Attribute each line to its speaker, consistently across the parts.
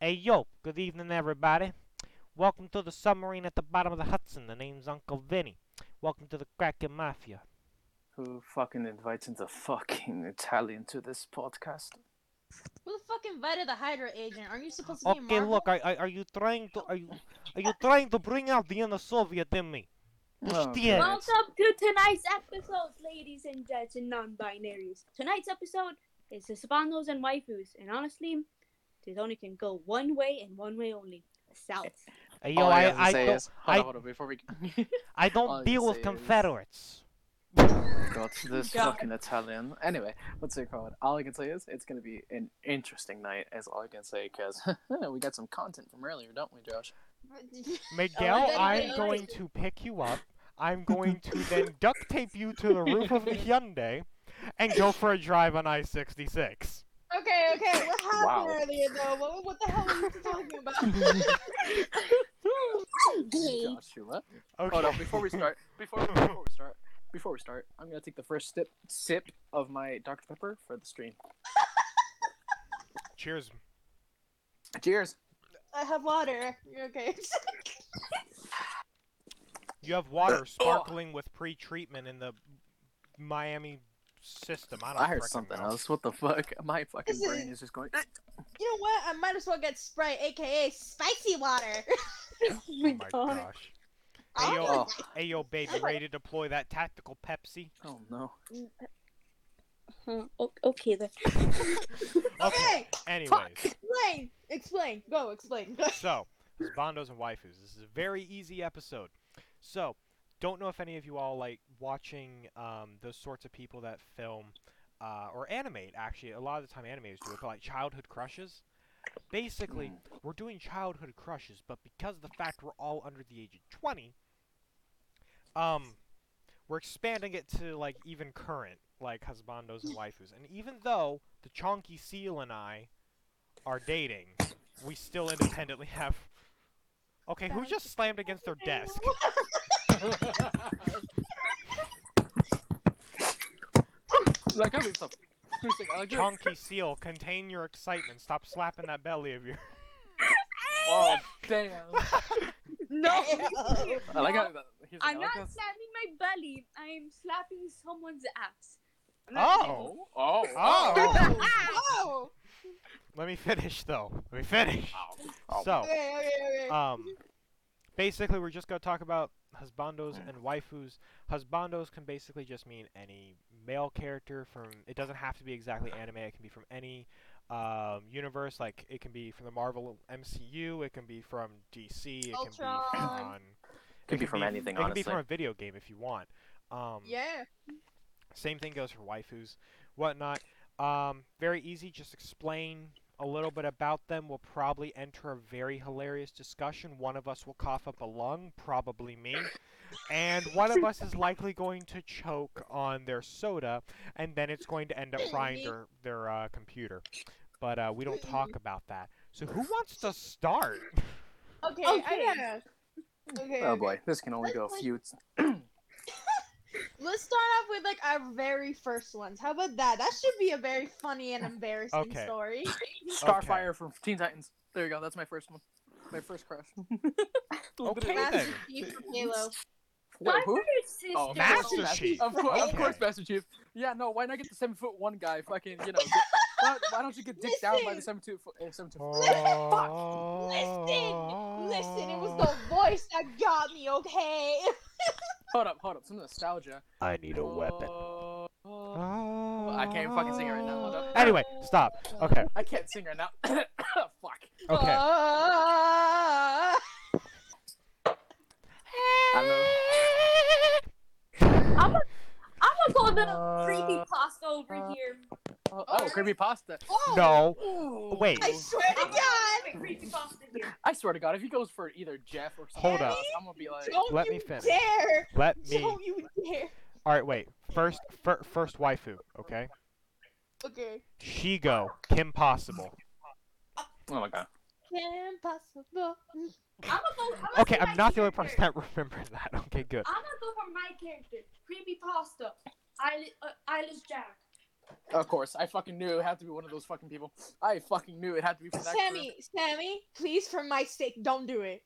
Speaker 1: Hey yo, good evening everybody. Welcome to the submarine at the bottom of the Hudson. The name's Uncle Vinny. Welcome to the Kraken Mafia.
Speaker 2: Who fucking invited the fucking Italian to this podcast?
Speaker 3: Who the fuck invited the Hydra agent? Aren't you supposed to be
Speaker 1: Okay,
Speaker 3: Marvel?
Speaker 1: look, are, are, are you trying to are you are you trying to bring out the inner Soviet in me?
Speaker 2: Oh,
Speaker 1: Christian.
Speaker 2: God.
Speaker 4: Welcome to tonight's episode, ladies and gents and non-binaries. Tonight's episode is Hispanos and waifus, and honestly, it only can go one way and one way only, south.
Speaker 1: Hey
Speaker 2: All
Speaker 1: yo,
Speaker 2: I, gotta
Speaker 1: I, I
Speaker 2: say
Speaker 1: don't
Speaker 2: is, hold
Speaker 1: I-
Speaker 2: on, hold on, before we
Speaker 1: I
Speaker 2: all I
Speaker 1: don't deal
Speaker 2: can
Speaker 1: with
Speaker 2: say is-
Speaker 1: Confederates.
Speaker 2: got to this
Speaker 4: God.
Speaker 2: fucking Italian. Anyway, what's it called? All I can say is it's gonna be an interesting night. Is all I can say because we got some content from earlier, don't we, Josh?
Speaker 1: Miguel,
Speaker 3: then
Speaker 1: I'm
Speaker 3: you-
Speaker 1: going to pick you up. I'm going to then duct tape you to the roof of the Hyundai and go for a drive on I sixty six.
Speaker 3: okay, okay. What happened
Speaker 2: Wow.
Speaker 3: earlier though? What, what the hell were you talking about?
Speaker 2: Joshua.
Speaker 1: Okay.
Speaker 2: Hold on, before we start, before, before we start, before we start, I'm gonna take the first sip sip of my Dr Pepper for the stream.
Speaker 1: Cheers.
Speaker 2: Cheers.
Speaker 3: I have water. You're okay.
Speaker 1: You have
Speaker 2: Uh, oh.
Speaker 1: water sparkling with pre-treatment in the Miami system. I don't.
Speaker 2: I heard
Speaker 1: frickin'
Speaker 2: something
Speaker 1: know.
Speaker 2: else. What the fuck? My fucking
Speaker 3: This is-
Speaker 2: brain is just going.
Speaker 3: you know what? I might as well get Sprite, aka spicy water.
Speaker 4: oh
Speaker 1: Oh
Speaker 4: my
Speaker 1: my
Speaker 4: god.
Speaker 1: gosh.
Speaker 3: I
Speaker 1: Hey yo,
Speaker 3: don't
Speaker 1: hey yo, baby, ready to deploy that tactical Pepsi?
Speaker 2: Oh no.
Speaker 4: Huh, o- okay then.
Speaker 3: like-
Speaker 1: Okay.
Speaker 3: Okay,
Speaker 1: Anyways,
Speaker 3: explain, explain, go, explain.
Speaker 1: so bondos and waifus. This is a very easy episode. So, don't know if any of you all like watching um, those sorts of people that film uh, or animate. Actually, a lot of the time animators do it, but like childhood crushes. Basically, we're doing childhood crushes, but because of the fact we're all under the age of 20, um, we're expanding it to like even current, like husbandos and waifus. And even though the Chonky Seal and I are dating, we still independently have. Okay, who just slammed against their desk?
Speaker 2: Like I mean, stop. It's like, I like-
Speaker 1: Chonky Seal, contain your excitement. Stop slapping that belly of yours.
Speaker 2: Oh damn!
Speaker 4: No,
Speaker 2: I like how, here's the
Speaker 4: I'm
Speaker 2: thing, I
Speaker 4: not
Speaker 2: like
Speaker 4: slapping my belly. I'm slapping someone's ass. I'm not
Speaker 1: Oh!
Speaker 2: how- Oh,
Speaker 1: Oh!
Speaker 3: Whoa, whoa.
Speaker 1: Let me finish though. Let me finish.
Speaker 2: Oh.
Speaker 1: So.
Speaker 3: Okay, okay, okay.
Speaker 1: um, basically, we're just going to talk about husbandos and waifus. Husbandos can basically just mean any male character from. It doesn't have to be exactly anime. It can be from any um, universe. Like it can be from the Marvel MCU. It can be from DC. It can be
Speaker 3: Ultron.
Speaker 1: from.
Speaker 2: Could
Speaker 1: it
Speaker 2: be
Speaker 1: can
Speaker 2: from anything,
Speaker 1: It can be from
Speaker 2: honestly.
Speaker 1: a video game if you want. Um,
Speaker 3: yeah.
Speaker 1: same thing goes for waifus, whatnot. Um, very easy. Just explain a little bit about them. We'll probably enter a very hilarious discussion. One of us will cough up a lung, probably me, and one of us is likely going to choke on their soda, and then it's going to end up frying their their uh, computer. But uh, we don't talk about that. So who wants to start?
Speaker 3: Okay,
Speaker 4: Okay.
Speaker 3: I gotta. Okay,
Speaker 2: Oh
Speaker 3: okay.
Speaker 2: boy, this can only go a
Speaker 3: Like-
Speaker 2: few.
Speaker 3: Let's start off with like our very first ones. How about that? That should be a very funny and embarrassing
Speaker 1: Okay.
Speaker 3: story.
Speaker 2: Starfire from Teen Titans. There you go. That's my first one. My first crush.
Speaker 1: Okay
Speaker 3: Master
Speaker 1: then.
Speaker 3: Chief from Halo.
Speaker 4: My
Speaker 2: Wait, who?
Speaker 4: brother sister.
Speaker 2: Oh,
Speaker 1: Master Chief.
Speaker 2: Of course, of
Speaker 1: Okay.
Speaker 2: course, Master Chief. Yeah, no. Why not get the seven foot one guy? Fucking, you know. get- why, don't- why don't you get dicked down by the
Speaker 3: Listen.
Speaker 2: seven two? Uh, seven two.
Speaker 3: Listen, listen, it was the voice that got me. Okay.
Speaker 2: Hold up, hold up. Some nostalgia.
Speaker 1: I need
Speaker 2: Oh, oh. I can't fucking sing it right now. Hold up.
Speaker 1: Anyway, stop. Okay.
Speaker 2: I can't sing right now. Fuck.
Speaker 1: Okay.
Speaker 3: Ah.
Speaker 4: I'm gonna go to the creepy pasta over here.
Speaker 2: Oh, oh creepy pasta.
Speaker 3: oh,
Speaker 1: No.
Speaker 2: Ooh.
Speaker 1: Wait.
Speaker 3: I swear to God.
Speaker 4: creepy pasta here.
Speaker 2: I swear to God, if he goes for either Jeff or something,
Speaker 1: Hold up.
Speaker 2: else, I'm gonna be like,
Speaker 3: Don't
Speaker 1: Let
Speaker 3: you
Speaker 1: me finish.
Speaker 3: dare.
Speaker 1: Let me. All
Speaker 3: Don't you dare.
Speaker 1: right, wait. First, fir- first waifu. Okay.
Speaker 3: Okay.
Speaker 1: Shigo, Kim Possible.
Speaker 2: oh my god.
Speaker 3: Impossible.
Speaker 4: I'm gonna go. I'm gonna
Speaker 1: Okay,
Speaker 4: say my
Speaker 1: I'm not the only person
Speaker 4: character.
Speaker 1: that remembers that. Okay, good.
Speaker 4: I'm gonna go for my character, creepy pasta, Eyel- uh, eyeless Jack.
Speaker 2: Of course, I fucking knew it had to be one of those fucking people. I fucking knew it had to be from that
Speaker 3: Sammy, Sammy, please, for my sake, don't do it.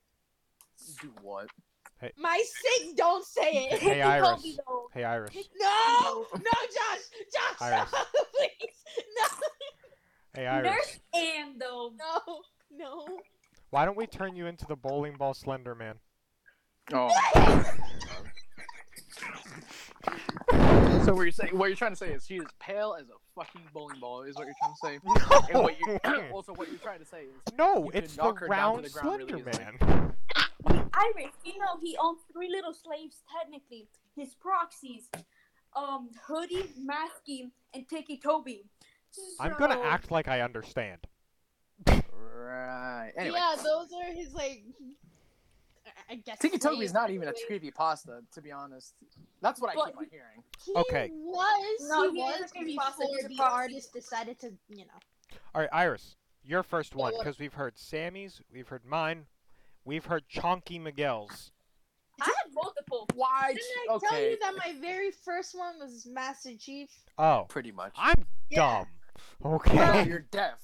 Speaker 2: group. Do what?
Speaker 3: My sake, don't say it.
Speaker 1: Hey,
Speaker 4: Kobe,
Speaker 1: Iris.
Speaker 4: though.
Speaker 1: Hey, Iris.
Speaker 3: No, no, Josh, Josh,
Speaker 1: Iris.
Speaker 3: no, please,
Speaker 1: Hey,
Speaker 4: Nurse
Speaker 1: Iris.
Speaker 4: and though.
Speaker 3: no, no, no.
Speaker 1: Why don't we turn you into the bowling ball Slender Man?
Speaker 2: Oh. so what you're saying? What you're trying to say is she is pale as a fucking bowling ball. Is what you're trying to say? And what you also what you're trying to say is
Speaker 1: no,
Speaker 2: You could
Speaker 1: it's the
Speaker 2: knock her down
Speaker 1: round
Speaker 2: to the ground
Speaker 1: Slender
Speaker 2: really easily.
Speaker 1: Man.
Speaker 4: Iris, you know he owned three little slaves technically. His proxies, um, Hoodie, Masky, and Tiki Toby.
Speaker 1: I'm gonna
Speaker 4: So-
Speaker 1: act like I understand.
Speaker 2: right. Anyway,
Speaker 3: Yeah, those are his like. I- I guess.
Speaker 2: Tiki Toby is
Speaker 3: slaves,
Speaker 2: not even a
Speaker 3: anyway.
Speaker 2: creepy pasta, to be honest. That's what I
Speaker 4: But-
Speaker 2: keep on hearing.
Speaker 3: He
Speaker 1: Okay.
Speaker 3: was.
Speaker 4: No,
Speaker 3: he
Speaker 4: he is a
Speaker 3: was
Speaker 4: creepypasta,
Speaker 3: before
Speaker 4: he's a
Speaker 3: the
Speaker 4: proxy.
Speaker 3: artist decided to, you know.
Speaker 1: All right, Iris, your first one,
Speaker 3: Well-
Speaker 1: because we've heard Sammy's, we've heard mine, we've heard Chonky Miguel's.
Speaker 4: I had multiple.
Speaker 2: Why?
Speaker 3: Didn't
Speaker 2: ch-
Speaker 3: I tell
Speaker 2: okay.
Speaker 3: you that my very first one was Master Chief?
Speaker 1: Oh,
Speaker 2: Pretty much.
Speaker 1: I'm
Speaker 3: Yeah.
Speaker 1: dumb. Okay,
Speaker 2: Wow, you're deaf.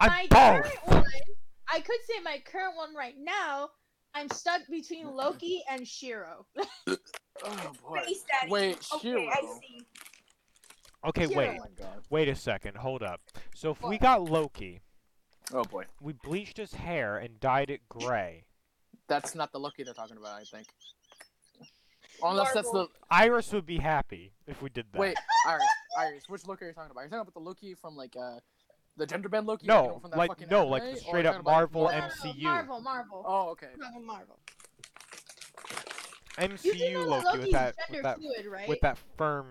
Speaker 1: I'm
Speaker 3: my
Speaker 1: dumb.
Speaker 3: current one, I could say my current one right now. I'm stuck between Loki and Shiro.
Speaker 2: Oh boy.
Speaker 4: Face Daddy.
Speaker 2: Wait,
Speaker 4: Okay, I
Speaker 2: Shiro.
Speaker 4: see.
Speaker 1: Okay,
Speaker 3: Yeah.
Speaker 1: wait,
Speaker 2: my god.
Speaker 1: wait a second, hold up. So if we
Speaker 3: What?
Speaker 1: got Loki,
Speaker 2: Oh boy.
Speaker 1: we bleached his hair and dyed it gray.
Speaker 2: That's not the Loki they're talking about, I think. Unless that's the
Speaker 4: Marvel.
Speaker 1: Iris would be happy if we did that.
Speaker 2: wait, Iris, Iris, which Loki are you talking about? Are you talking about the Loki from like uh the gender bend Loki? you know,
Speaker 1: no,
Speaker 2: from that
Speaker 1: like
Speaker 2: fucking
Speaker 1: no,
Speaker 2: anime?
Speaker 1: like
Speaker 2: Or are
Speaker 1: the
Speaker 2: you
Speaker 1: straight
Speaker 2: talking
Speaker 1: up
Speaker 2: about
Speaker 1: Marvel
Speaker 3: No, no, no,
Speaker 1: MCU,
Speaker 3: Marvel, Marvel.
Speaker 2: Oh, okay.
Speaker 3: Marvel, Marvel. You do
Speaker 1: MCU
Speaker 3: know
Speaker 1: Loki with
Speaker 3: that Loki's
Speaker 1: that with
Speaker 3: gender
Speaker 1: that
Speaker 3: fluid, right?
Speaker 1: with that firm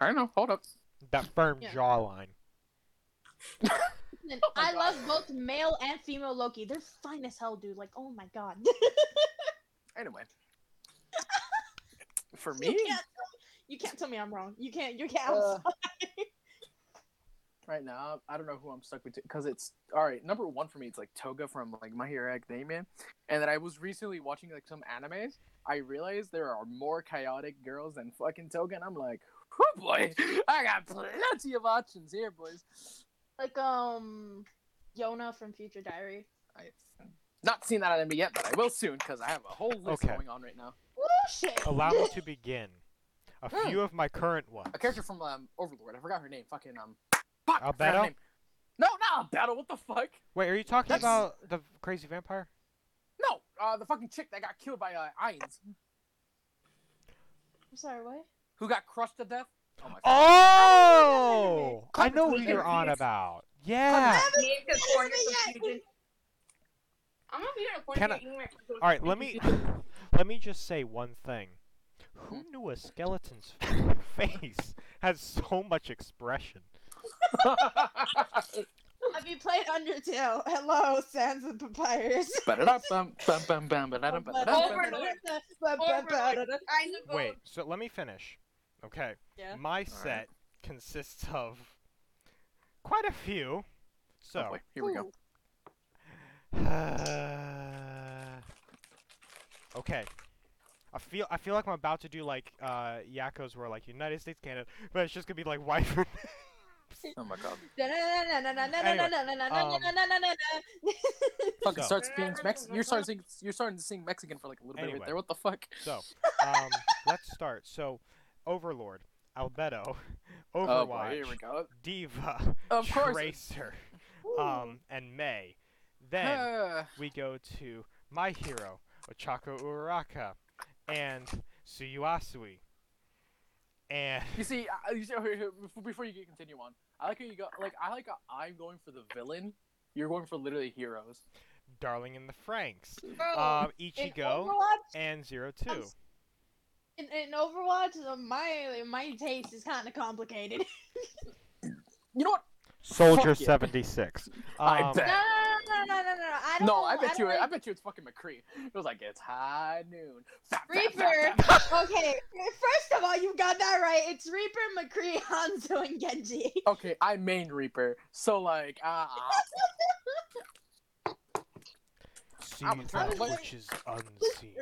Speaker 2: I don't know. Hold up.
Speaker 1: that firm
Speaker 3: Yeah.
Speaker 1: jawline.
Speaker 3: Listen,
Speaker 2: Oh my
Speaker 3: I
Speaker 2: God.
Speaker 3: love both male and female Loki. They're fine as hell, dude. Like, oh my god.
Speaker 2: Anyway. For
Speaker 3: you,
Speaker 2: me,
Speaker 3: can't, tell- you can't tell me I'm wrong. You can't. You can't.
Speaker 2: Uh, right now, I don't know who I'm stuck with because it's all right. Number one for me, it's like Toga from like My Hero Academia, and then I was recently watching like some animes. I realized there are more chaotic girls than fucking Toga, and I'm like, oh boy, I got plenty of options here, boys.
Speaker 3: like um, Yona from Future Diary.
Speaker 2: I not seen that anime yet, but I will soon because I have a whole list
Speaker 1: Okay.
Speaker 2: going on right now.
Speaker 3: Oh shit.
Speaker 1: Allow me to begin. A
Speaker 2: Hmm.
Speaker 1: few of my current ones.
Speaker 2: A character from um, Overlord. I forgot her name. Fucking um. Fuck. I forgot her
Speaker 1: Albedo?
Speaker 2: name. No, not Albedo. What the fuck?
Speaker 1: Wait, are you talking
Speaker 2: That's-
Speaker 1: about the v- crazy vampire?
Speaker 2: No, uh, the fucking chick that got killed by uh, Irons,
Speaker 3: I'm sorry. What?
Speaker 2: who got crushed to death. Oh my. fuck.
Speaker 1: Oh! I
Speaker 2: Clementine
Speaker 1: know who you're on
Speaker 4: Clementine.
Speaker 1: about. Yeah.
Speaker 4: I'm not being a
Speaker 1: Can I- All right, let me let me just say one thing. Who knew a skeleton's f- face has so much expression?
Speaker 3: Have you played Undertale? Hello, Sands of Papyrus.
Speaker 2: Ba-da-da-bum, bum-bum, bum-ba-da-dum, ba-da-dum,
Speaker 4: Overlord. Oh.
Speaker 1: Wait, so let me finish. Okay.
Speaker 3: Yeah.
Speaker 1: My set
Speaker 2: right.
Speaker 1: consists of quite a few.
Speaker 2: Oh,
Speaker 1: So,
Speaker 2: boy, here we go.
Speaker 3: Ooh.
Speaker 1: okay. I feel I feel like I'm about to do like uh Yakos where like United States Canada, but it's just gonna be like wife.
Speaker 2: Oh my god. Fucking
Speaker 1: So-
Speaker 2: starts being Mex- You're starting. to sing- You're starting to sing Mexican for like a little bit
Speaker 1: Anyway.
Speaker 2: right there. What the fuck?
Speaker 1: so, um, let's start. So, Overlord, Albedo,
Speaker 2: Oh boy, here
Speaker 1: Overwatch,
Speaker 2: we go.
Speaker 1: Diva,
Speaker 2: Of course.
Speaker 1: Tracer, um, and May. Then
Speaker 2: Uh,
Speaker 1: we go to my hero, Ochako Uraraka, and Suyuasui. And
Speaker 2: You see, I- you see here- here, before- before you can continue on, I like how you go. Like I like how I'm going for the villain. You're going for literally heroes.
Speaker 1: Darling in the Franks.
Speaker 3: Bro,
Speaker 1: Um,
Speaker 3: in
Speaker 1: Ichigo
Speaker 3: Overwatch-
Speaker 1: and Zero Two.
Speaker 3: s- In, in Overwatch, uh, my my taste is kind of complicated.
Speaker 2: You know what?
Speaker 1: Soldier
Speaker 2: Fuck yeah.
Speaker 1: seventy six.
Speaker 2: I bet.
Speaker 3: no, no, no, no, no, no, no, no. I don't.
Speaker 2: no, I
Speaker 3: don't
Speaker 2: bet you. I
Speaker 3: like-
Speaker 2: bet you it's fucking McCree. It was like it's high noon. Fap, fap, fap,
Speaker 3: Reaper.
Speaker 2: fap.
Speaker 3: okay, first of all, you got that right. It's Reaper, McCree, Hanzo, and Genji.
Speaker 2: Okay, I main Reaper. So like, uh,
Speaker 1: See
Speaker 2: I'm a
Speaker 1: that
Speaker 2: cowboy.
Speaker 1: which is unseen.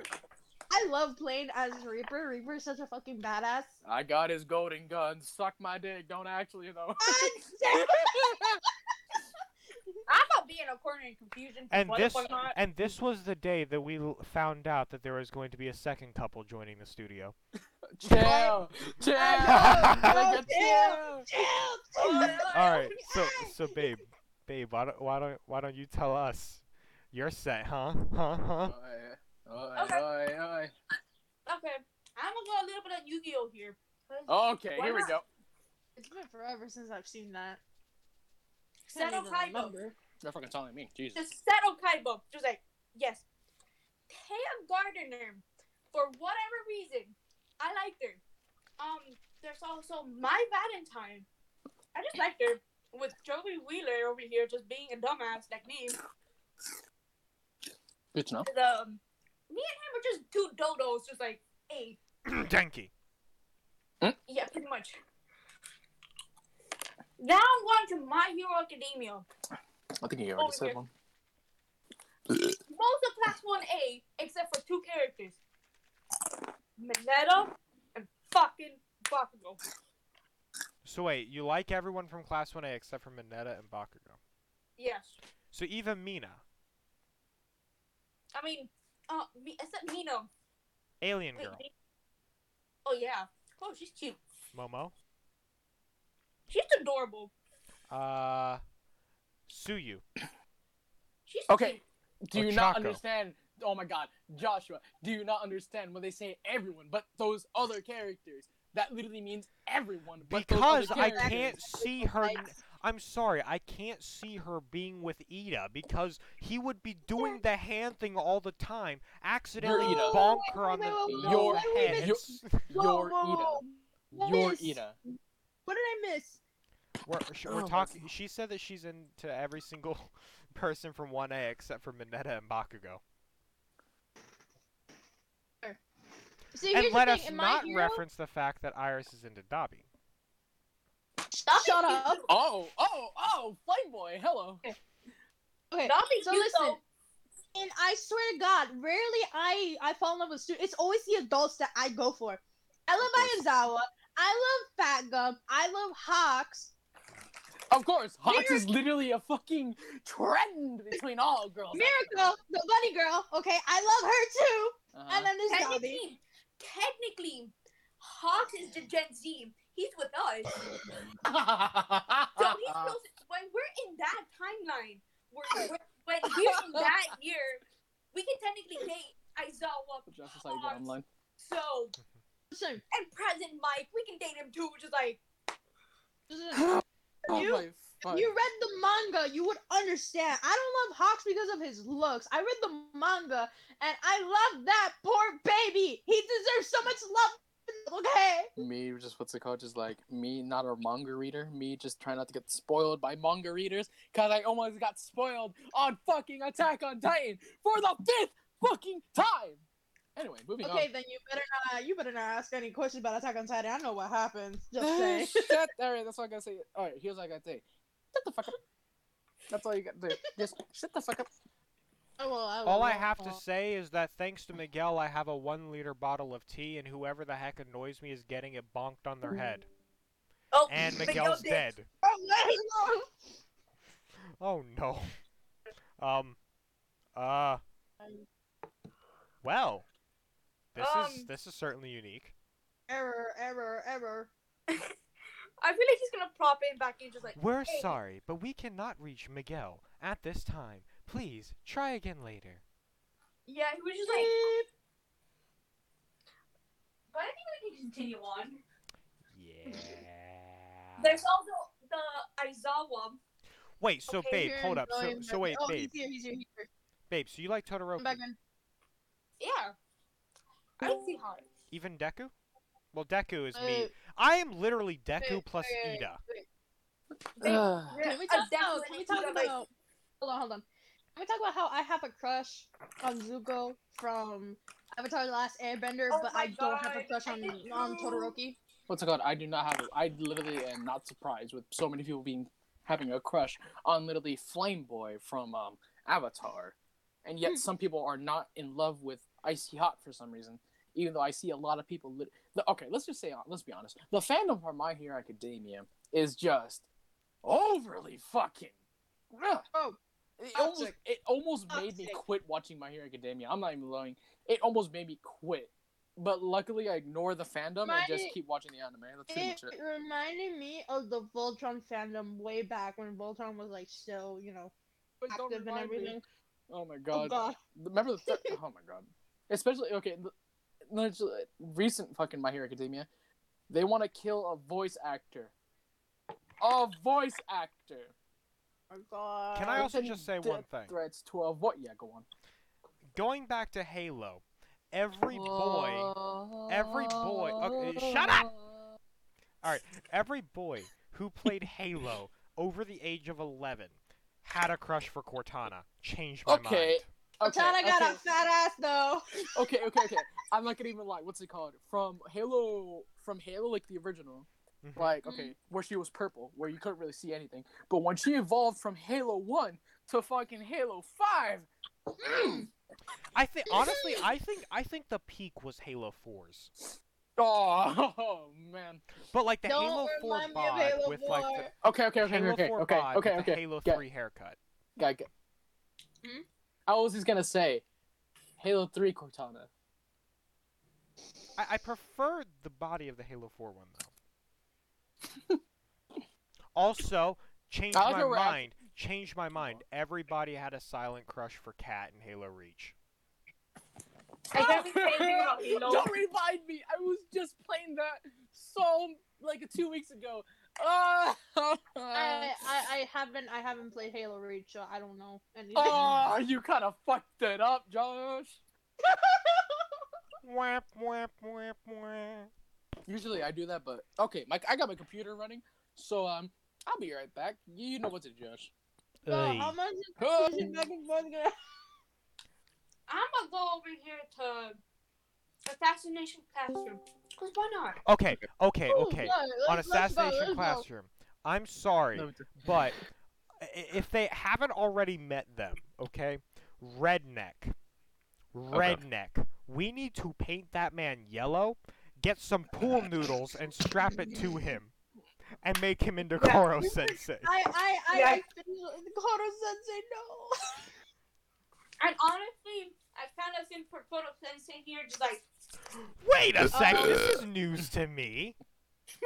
Speaker 3: I love playing as Reaper. Reaper is such a fucking badass.
Speaker 2: I got his golden gun. Suck my dick. Don't actually though.
Speaker 4: I'm not being a corner in confusion. 'cause
Speaker 1: And
Speaker 4: what
Speaker 1: this
Speaker 4: if I'm not?
Speaker 1: and this was the day that we l- found out that there was going to be a second couple joining the studio.
Speaker 2: Chill. Chill.
Speaker 3: Oh,
Speaker 1: I
Speaker 2: Nigga, chill.
Speaker 1: All right, so so babe, babe, why don't why don't why don't you tell us your set, huh? Huh? Huh?
Speaker 2: Oi, oi, oi, oi.
Speaker 4: Okay, I'm gonna go a little bit of Yu-Gi-Oh here. 'cause
Speaker 2: Okay,
Speaker 4: Why
Speaker 2: here we
Speaker 4: not?
Speaker 2: go.
Speaker 3: It's been forever since I've seen that.
Speaker 4: Set up Kaibo.
Speaker 2: You're fucking telling me. Jesus.
Speaker 4: Just settle Kaibo. Just like, yes. Pam Gardner, for whatever reason, I liked her. Um, there's also My Valentine. I just liked her. With Joey Wheeler over here just being a dumbass like me.
Speaker 2: Good to know.
Speaker 4: The, um, me and him are just two dodos, just like, hey,
Speaker 1: Denki.
Speaker 4: yeah, pretty much. Now I'm going to My Hero Academia.
Speaker 2: I think he
Speaker 3: Oh,
Speaker 4: Over
Speaker 2: already said
Speaker 4: here.
Speaker 2: one.
Speaker 4: Both are class 1A, except for two characters. Mineta and fucking Bakugo.
Speaker 1: So wait, you like everyone from Class 1A except for Mineta and Bakugo.
Speaker 4: Yes.
Speaker 1: So even Mina,
Speaker 4: I mean, uh, me, except Mina.
Speaker 1: alien
Speaker 4: Wait,
Speaker 1: girl,
Speaker 4: Mi- oh, yeah. Oh, she's cute.
Speaker 1: Momo,
Speaker 4: She's adorable.
Speaker 1: uh, Suyu.
Speaker 4: She's
Speaker 2: Okay.
Speaker 4: cute.
Speaker 2: Do
Speaker 1: Or
Speaker 2: you not
Speaker 1: Chaco.
Speaker 2: understand? Oh my god, Joshua, do you not understand when they say everyone but those other characters? That literally means everyone but those other
Speaker 1: Because I
Speaker 2: characters.
Speaker 1: can't see her. n- I'm sorry, I can't see her being with Ida because he would be doing the hand thing all the time, accidentally
Speaker 2: Ida.
Speaker 1: bonk
Speaker 3: Wait,
Speaker 1: her on
Speaker 3: wait,
Speaker 1: the
Speaker 3: wait,
Speaker 1: no,
Speaker 2: Your
Speaker 1: the
Speaker 3: wait, wait,
Speaker 1: head.
Speaker 3: Whoa,
Speaker 2: Your
Speaker 3: whoa,
Speaker 2: Ida.
Speaker 3: whoa. What
Speaker 2: Your
Speaker 3: is-
Speaker 2: Ida.
Speaker 3: What did I miss?
Speaker 1: We're, sh- we're
Speaker 2: Oh,
Speaker 1: talking. She said that she's into every single person from 1A except for Mineta and Bakugo.
Speaker 3: See,
Speaker 1: And
Speaker 3: here's
Speaker 1: let
Speaker 3: the
Speaker 1: us
Speaker 3: thing. in my
Speaker 1: not
Speaker 3: hero-
Speaker 1: reference the fact that Iris is into Dobby.
Speaker 4: Stop
Speaker 3: Shut
Speaker 4: being
Speaker 3: up.
Speaker 4: cute.
Speaker 2: Oh, oh, oh, Flameboy, hello.
Speaker 3: Okay,
Speaker 4: Not being
Speaker 3: so
Speaker 4: cute,
Speaker 3: listen.
Speaker 4: though.
Speaker 3: And I swear to God, rarely I I fall in love with students. It's always the adults that I go for. I
Speaker 2: Of
Speaker 3: love Ayazawa. I love Fat Gum. I love Hawks.
Speaker 2: Of course, Hawks is literally a fucking trend between all girls.
Speaker 3: Miracle, the bunny girl. Okay, I love her too.
Speaker 2: Uh-huh.
Speaker 3: And then there's Dobby.
Speaker 4: Technically, technically, Hawks is the Gen Z. He's with us. So he's
Speaker 2: uh.
Speaker 4: close. When we're in that timeline, we're, we're, when we're in that year, we can technically date Aizawa.
Speaker 2: Just as I go online.
Speaker 4: So
Speaker 3: Listen,
Speaker 4: and present Mike, we can date him too, which is like
Speaker 3: listen.
Speaker 2: Oh
Speaker 3: You-
Speaker 2: my fuck.
Speaker 3: You read the manga, you would understand. I don't love Hawks because of his looks. I read the manga, and I love that poor baby. He deserves so much love. Okay.
Speaker 2: me just what's it called just like me not a manga reader me just trying not to get spoiled by manga readers because i almost got spoiled on fucking attack on titan for the fifth fucking time anyway moving
Speaker 3: Okay, then you better not. You better not ask any questions about Attack on Titan. I know what happens. Just
Speaker 2: on
Speaker 3: saying.
Speaker 2: shut all right that's all i gotta say all right here's what i gotta say shut the fuck up that's all you gotta do just shut the fuck up
Speaker 3: I will, I will,
Speaker 1: All I
Speaker 3: will.
Speaker 1: have to say is that thanks to Miguel, I have a one liter bottle of tea, and whoever the heck annoys me is getting it bonked on their head.
Speaker 4: oh,
Speaker 1: And
Speaker 4: but
Speaker 1: Miguel's
Speaker 4: yo,
Speaker 1: dead.
Speaker 3: Oh, wait.
Speaker 1: Oh no. Um. Uh. Well. This is
Speaker 4: Um.
Speaker 1: this is certainly unique.
Speaker 3: Error, error, error.
Speaker 4: I feel like he's gonna prop in back in just like
Speaker 1: We're
Speaker 4: hey.
Speaker 1: sorry, but we cannot reach Miguel at this time. Please try again later.
Speaker 4: yeah, he was just like. But I think we can continue on.
Speaker 1: Yeah.
Speaker 4: There's also the Aizawa.
Speaker 1: Wait, so
Speaker 4: Okay,
Speaker 1: babe,
Speaker 3: Here
Speaker 1: hold
Speaker 3: I'm
Speaker 1: up. So,
Speaker 3: going
Speaker 1: so
Speaker 3: back-
Speaker 1: wait,
Speaker 3: oh,
Speaker 1: babe,
Speaker 3: He's here, he's here, he's here.
Speaker 1: babe. So you like
Speaker 3: Come back
Speaker 1: Todoroki?
Speaker 3: in.
Speaker 4: Yeah, I see how.
Speaker 1: Even Deku? Well, Deku is
Speaker 3: Uh,
Speaker 1: me. I am literally Deku
Speaker 3: wait,
Speaker 1: plus
Speaker 3: wait, wait,
Speaker 1: Ida.
Speaker 3: wait.
Speaker 4: They-
Speaker 3: Can we talk
Speaker 4: a Deku
Speaker 3: about?
Speaker 4: and
Speaker 3: Can we
Speaker 4: a
Speaker 3: talk
Speaker 4: Ida, like-
Speaker 3: about? Hold on, hold on. Can we talk about how I have a crush on Zuko from Avatar: The Last Airbender,
Speaker 4: Oh
Speaker 3: but
Speaker 4: my
Speaker 3: I don't have a
Speaker 4: God,
Speaker 3: crush
Speaker 4: I
Speaker 3: on
Speaker 4: did
Speaker 3: on
Speaker 4: too.
Speaker 3: Todoroki?
Speaker 2: what's it called Oh i do not have i literally am not surprised with so many people being having a crush on literally flame boy from um,
Speaker 3: Hmm.
Speaker 2: avatar and yet some people are not in love with icy hot for some reason Even though I see a lot of people, lit- the, okay, let's just say, let's be honest, the fandom for My Hero Academia is just overly fucking. Ugh.
Speaker 3: Oh,
Speaker 2: It almost,
Speaker 3: Toxic.
Speaker 2: it almost made me
Speaker 3: Toxic.
Speaker 2: quit watching My Hero Academia. I'm not even lying. It almost made me quit. But luckily, I ignore the fandom and just
Speaker 3: My-
Speaker 2: keep watching the anime. That's pretty
Speaker 3: it
Speaker 2: much it.
Speaker 3: reminded me of the Voltron fandom way back when Voltron was like still, you know,
Speaker 2: Please don't
Speaker 3: active and
Speaker 2: remind me.
Speaker 3: everything.
Speaker 2: Oh my
Speaker 3: Oh
Speaker 2: god.
Speaker 3: god.
Speaker 2: Remember the thir- oh my god, especially okay, the, the the recent fucking My Hero Academia, they want to kill a voice actor, a voice actor.
Speaker 3: Oh god.
Speaker 1: Can I also
Speaker 2: Sending
Speaker 1: just say
Speaker 2: death
Speaker 1: one thing?
Speaker 2: Threats to a what? Yeah, go on.
Speaker 1: Going back to Halo, every boy,
Speaker 2: Uh,
Speaker 1: every boy- okay, shut
Speaker 2: up.
Speaker 1: every boy who played Halo over the age of 11 had a crush for Cortana. Changed my
Speaker 2: Okay.
Speaker 1: mind.
Speaker 2: Okay,
Speaker 3: Cortana Oh, got
Speaker 2: okay,
Speaker 3: a fat ass though.
Speaker 2: okay, okay, okay. I'm not gonna even lie. What's it called? From Halo, from Halo, like the original.
Speaker 1: Mhm.
Speaker 2: like okay
Speaker 3: Mm-hmm.
Speaker 2: where she was purple where you couldn't really see anything but when she evolved from halo 1 to fucking halo 5
Speaker 1: I think honestly, I think I think the peak was Halo 4s.
Speaker 2: oh, man
Speaker 1: But like the
Speaker 3: Don't
Speaker 1: Halo 4
Speaker 3: remind me of
Speaker 1: bod
Speaker 3: Halo
Speaker 1: with like the
Speaker 3: four.
Speaker 2: okay okay okay
Speaker 1: Halo
Speaker 2: okay
Speaker 1: 4
Speaker 2: okay
Speaker 1: bod
Speaker 2: okay
Speaker 1: with the
Speaker 2: okay
Speaker 1: Halo
Speaker 2: Got-
Speaker 1: 3 haircut.
Speaker 2: got, got.
Speaker 4: Hmm?
Speaker 2: i was just gonna say halo 3 cortana
Speaker 1: I, I prefer the body of the Halo 4 one though. also, changed
Speaker 2: I like
Speaker 1: my
Speaker 2: how we're at-
Speaker 1: mind. Changed my mind. Everybody had a silent crush for Cat in Halo Reach.
Speaker 4: I can't be crazy about Halo.
Speaker 2: don't remind me i was just playing that so like two weeks ago
Speaker 4: Uh,
Speaker 2: oh,
Speaker 3: I, I I haven't I haven't played Halo Reach, so I don't know anything.
Speaker 2: oh you kind of fucked it up josh
Speaker 1: Whap, whap, whap, whap.
Speaker 2: Usually I do that, but okay, Mike, I got my computer running, so um, I'll be right back. You know what to do, Josh.
Speaker 3: So, how much is
Speaker 2: Oh.
Speaker 3: is it back and forth gonna
Speaker 4: I'm gonna go over here to Assassination Classroom. Cause why not?
Speaker 1: Okay, okay,
Speaker 3: Ooh,
Speaker 1: okay. On
Speaker 3: look, Oh, let's- let's go,
Speaker 1: Assassination
Speaker 3: let's go.
Speaker 1: Classroom. I'm sorry, but i- if they haven't already met them, okay? Redneck. Redneck. We need to paint that man yellow, get some pool noodles, and strap it to him, and make him into
Speaker 4: Yeah.
Speaker 1: Koro sensei.
Speaker 3: I I I,
Speaker 4: Yeah.
Speaker 3: I feel Koro Sensei no.
Speaker 4: And honestly, I kind of think for photo sensing here, just like
Speaker 1: Wait a sec, this is news to me.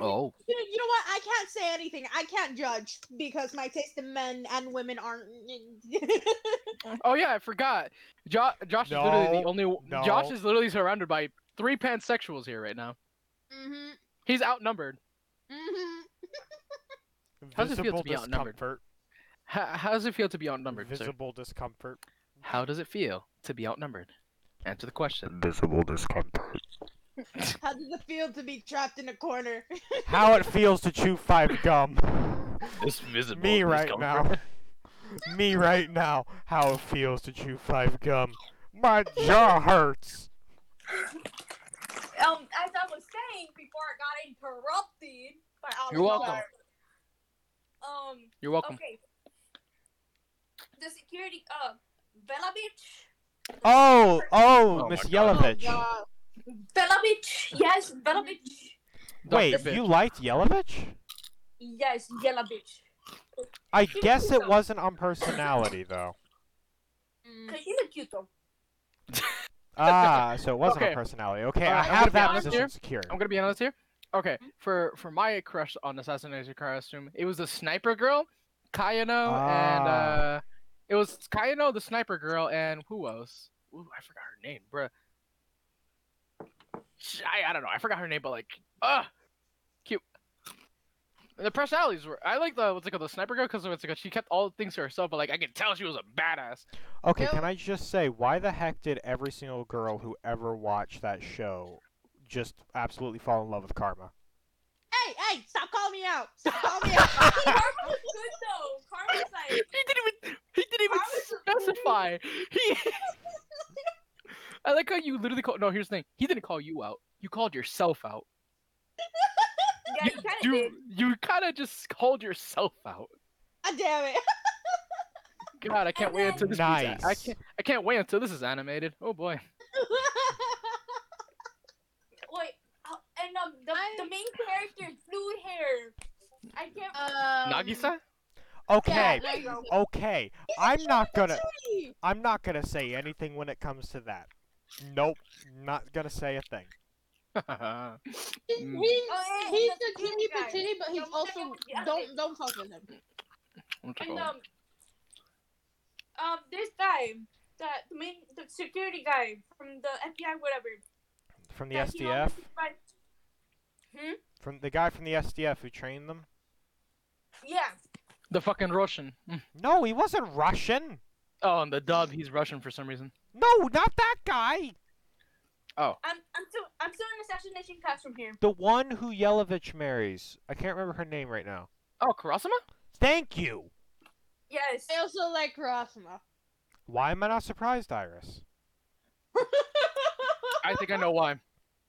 Speaker 5: Oh.
Speaker 3: You, you know what? I can't say anything. I can't judge because my taste in men and women aren't. Mm-hmm,
Speaker 2: Oh yeah, I forgot. Jo- Josh
Speaker 1: No,
Speaker 2: is literally the only. one
Speaker 1: no.
Speaker 2: Josh is literally surrounded by three pansexuals here right now.
Speaker 3: hmm
Speaker 2: He's outnumbered.
Speaker 3: hmm
Speaker 2: How does it feel
Speaker 1: Visible
Speaker 2: to be outnumbered?
Speaker 1: discomfort.
Speaker 2: How, how does it feel to be outnumbered, sir?
Speaker 1: Visible discomfort.
Speaker 2: How does it feel to be outnumbered? Answer the question.
Speaker 5: Invisible discomfort.
Speaker 3: How does it feel to be trapped in a corner?
Speaker 1: How it feels to chew five gum.
Speaker 5: This visible
Speaker 1: me right
Speaker 5: discomfort.
Speaker 1: now. me right now. How it feels to chew five gum. My jaw hurts.
Speaker 4: um as I was saying before I got interrupted by Oliver.
Speaker 2: You're welcome.
Speaker 4: Um.
Speaker 2: You're welcome.
Speaker 4: Okay. The security. Uh, Belovich.
Speaker 1: Oh, oh,
Speaker 5: Oh my
Speaker 1: Miss
Speaker 5: God.
Speaker 1: Yelovich.
Speaker 3: God.
Speaker 4: Belovich. Yes, Belovich.
Speaker 1: Wait,
Speaker 2: Dr. Bitch.
Speaker 1: you liked Yelovich?
Speaker 4: Yes, Yelovich.
Speaker 1: I
Speaker 4: She
Speaker 1: guess
Speaker 4: was
Speaker 1: it
Speaker 4: a-
Speaker 1: wasn't on personality though.
Speaker 3: Mm.
Speaker 4: Cause she's a cute though.
Speaker 1: Ah, so it wasn't on
Speaker 2: Okay.
Speaker 1: personality. Okay,
Speaker 2: Uh,
Speaker 1: I
Speaker 2: I'm
Speaker 1: have
Speaker 2: gonna be
Speaker 1: that
Speaker 2: honest
Speaker 1: position
Speaker 2: here.
Speaker 1: secured.
Speaker 2: I'm gonna be honest here. Okay, for for my crush on Assassination Classroom, it was the sniper girl, Kayano, and
Speaker 1: Ah.
Speaker 2: uh, it was Kayano, the sniper girl, and who else? Ooh, I forgot her name, bruh. Sh- I, I don't know. I forgot her name, but like, ah, cute. And the personalities were. I like the what's it called, the sniper girl, because what's it called? She kept all the things to herself, but like I could tell she was a badass.
Speaker 1: Okay,
Speaker 3: Yep.
Speaker 1: can I just say why the heck did every single girl who ever watched that show just absolutely fall in love with Karma?
Speaker 3: Hey, hey! Stop calling me out! Stop calling me out!
Speaker 4: Karma was good though. Karma's
Speaker 2: he
Speaker 4: like.
Speaker 2: didn't even. He didn't even
Speaker 4: I was-
Speaker 2: specify. He. I like how you literally call. No, here's the thing. He didn't call you out. You called yourself out.
Speaker 4: Yeah, you kind of
Speaker 2: you
Speaker 4: did.
Speaker 2: you kind of just called yourself out.
Speaker 3: God damn it!
Speaker 2: God, I can't wait until this. beats- I
Speaker 1: Nice.
Speaker 2: can't. I can't wait until this is animated. Oh boy.
Speaker 4: uh, um, the,
Speaker 3: I-
Speaker 4: the main character, blue hair. I can't.
Speaker 3: Um,
Speaker 5: Nagisa?
Speaker 3: yeah,
Speaker 1: Okay,
Speaker 3: Nagisa.
Speaker 1: okay. I'm not gonna.
Speaker 3: Hey!
Speaker 1: I'm not gonna say anything when it comes to that. Nope, not gonna say a thing.
Speaker 3: He,
Speaker 2: Mm.
Speaker 3: he,
Speaker 4: Oh, hey,
Speaker 3: he's
Speaker 4: the
Speaker 3: a
Speaker 4: skinny
Speaker 3: cutie
Speaker 4: guy.
Speaker 3: patootie, but he's
Speaker 4: Don't look at
Speaker 3: also
Speaker 4: him. Yeah,
Speaker 3: don't don't fuck with him.
Speaker 4: And
Speaker 2: Oh.
Speaker 4: um, um, this guy, the the main, the security guy from the FBI, whatever.
Speaker 1: From the
Speaker 4: that he always
Speaker 1: SDF,
Speaker 4: supervi-
Speaker 1: from the guy from the SDF who trained them.
Speaker 4: yeah,
Speaker 2: the fucking Russian. Mm.
Speaker 1: No, he wasn't Russian.
Speaker 2: Oh, and the dub, he's Russian for some reason.
Speaker 1: No, not that guy.
Speaker 4: I'm I'm still I'm still in assassination class from here.
Speaker 1: The one who Yelovich marries. I can't remember her name right now.
Speaker 2: Oh, Karasuma?
Speaker 1: Thank you.
Speaker 4: Yes.
Speaker 3: I also like Karasuma.
Speaker 1: Why am I not surprised, Iris?
Speaker 2: I think I know why.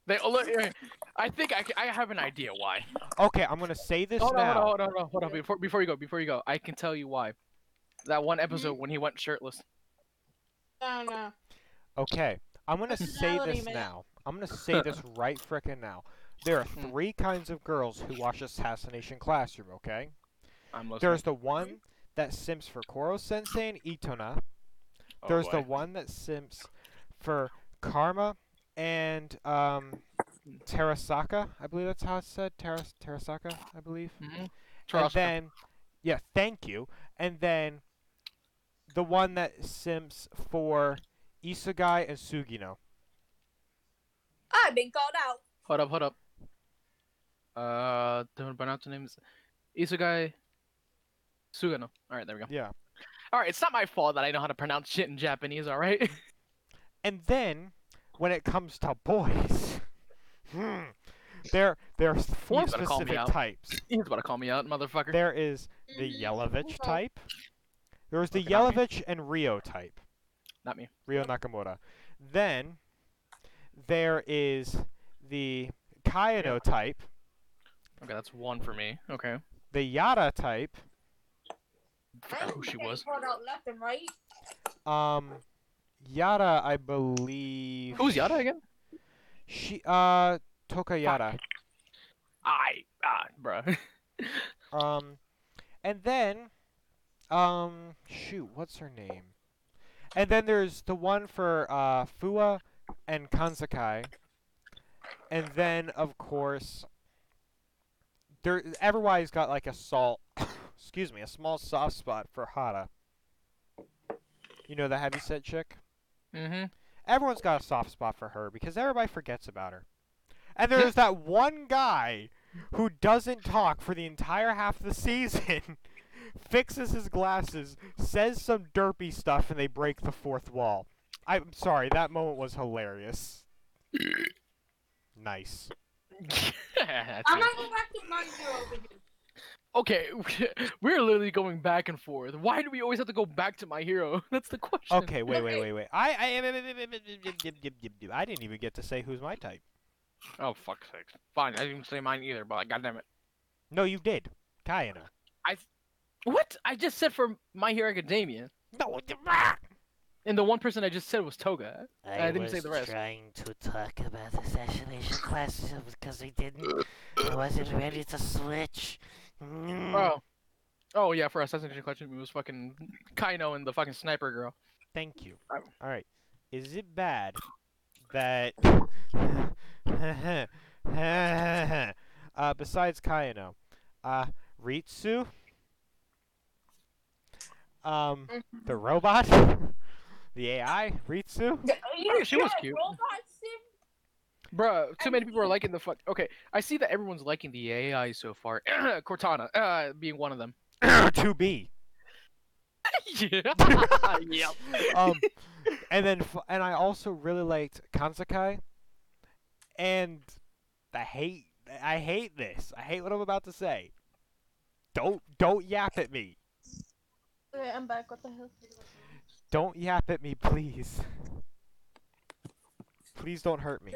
Speaker 2: They. oh, look, eh, I think I, c- I have an idea why.
Speaker 1: Okay, I'm gonna say this
Speaker 2: Hold on,
Speaker 1: now.
Speaker 2: hold on, hold on, hold on, hold on. Before, before you go, before you go, I can tell you why. That one episode when he went shirtless.
Speaker 3: no, no.
Speaker 1: Okay, I'm gonna say
Speaker 3: Personality
Speaker 1: this
Speaker 3: map.
Speaker 1: now. I'm gonna say this right frickin' now. There are
Speaker 2: Hmm.
Speaker 1: three kinds of girls who watch Assassination Classroom. Okay,
Speaker 2: I'm listening.
Speaker 1: there's the one
Speaker 2: Mm-hmm.
Speaker 1: that simps for Koro Sensei and Itona.
Speaker 5: Oh,
Speaker 1: There's the
Speaker 5: boy.
Speaker 1: one that simps for Karma and um, Terasaka. I believe that's how it's said. Teras Terasaka, I believe.
Speaker 2: Mhm.
Speaker 1: And
Speaker 2: Tarasca.
Speaker 1: then, yeah, thank you. And then the one that simps for Isagai and Sugino.
Speaker 4: I've been called out.
Speaker 2: Hold up, hold up. Uh, don't pronounce the names. Isugai Sugano. All right, there we go.
Speaker 1: Yeah.
Speaker 2: All right, it's not my fault that I know how to pronounce shit in Japanese. All right.
Speaker 1: And then when it comes to boys, hmm, there there are four
Speaker 2: He's gonna call me
Speaker 1: specific
Speaker 2: out.
Speaker 1: types.
Speaker 2: He's about to call me out, motherfucker.
Speaker 1: There is the
Speaker 3: Mm-hmm.
Speaker 1: Yelovich
Speaker 3: Okay.
Speaker 1: type. There is the
Speaker 2: Okay, not me.
Speaker 1: Yelovich and Rio type.
Speaker 2: Not me.
Speaker 1: Rio Nakamura. Then there is the Kayano type,
Speaker 2: Okay, that's one for me. Okay.
Speaker 1: the Yada type,
Speaker 2: Forgot who Oh, she
Speaker 4: Getting
Speaker 2: was.
Speaker 4: Called out left and right.
Speaker 1: um Yada I believe
Speaker 2: Who's Yada again?
Speaker 1: she uh Toka Yada.
Speaker 2: I ah, bruh.
Speaker 1: Um and then um shoot, what's her name? And then there's the one for uh Fua and Kansakai. And then of course there everybody's got like a salt excuse me, a small soft spot for Hada. You know the heavy set chick?
Speaker 2: mm-hmm.
Speaker 1: everyone's got a soft spot for her because everybody forgets about her. And there's that one guy who doesn't talk for the entire half of the season, fixes his glasses, says some derpy stuff, and they break the fourth wall. I'm sorry, that moment was hilarious. nice.
Speaker 4: I'm gonna go back to my zero over here.
Speaker 2: okay, we're literally going back and forth. Why do we always have to go back to my hero? That's the question.
Speaker 1: Okay, wait, wait, wait, wait. I, I, I didn't even get to say who's my type.
Speaker 2: Oh fuck sakes. Fine, I didn't say mine either, but like, goddamn it.
Speaker 1: No, you did. Kayana.
Speaker 2: What? I just said for My Hero Academia,
Speaker 1: No,
Speaker 2: and the one person I just said was Toga.
Speaker 6: I,
Speaker 2: I didn't
Speaker 6: was
Speaker 2: say the rest.
Speaker 6: trying to talk about the assassination classes because I didn't. I wasn't ready to switch.
Speaker 1: Hmm.
Speaker 6: Mm.
Speaker 2: Oh. Oh yeah, for Assassination Collection, it was fucking Kaino and the fucking sniper girl.
Speaker 1: Thank you.
Speaker 2: Um,
Speaker 1: All right. Is it bad that uh, besides Kayano, uh, Ritsu, um, the robot, the AI, Ritsu?
Speaker 2: Yeah, oh, she was
Speaker 4: Yeah,
Speaker 2: cute.
Speaker 4: Robot sim.
Speaker 2: Bruh, too
Speaker 4: I
Speaker 2: many people are liking the fuck. Okay, I see that everyone's liking the AI so far. Cortana uh, being one of them.
Speaker 1: to be.
Speaker 2: yeah. yep.
Speaker 1: Um, and then f- and I also really liked Kansakai, and the hate. I hate this. I hate what I'm about to say. Don't don't yap at me.
Speaker 3: Okay, I'm back. What the hell?
Speaker 1: Don't yap at me, please. Please don't hurt me.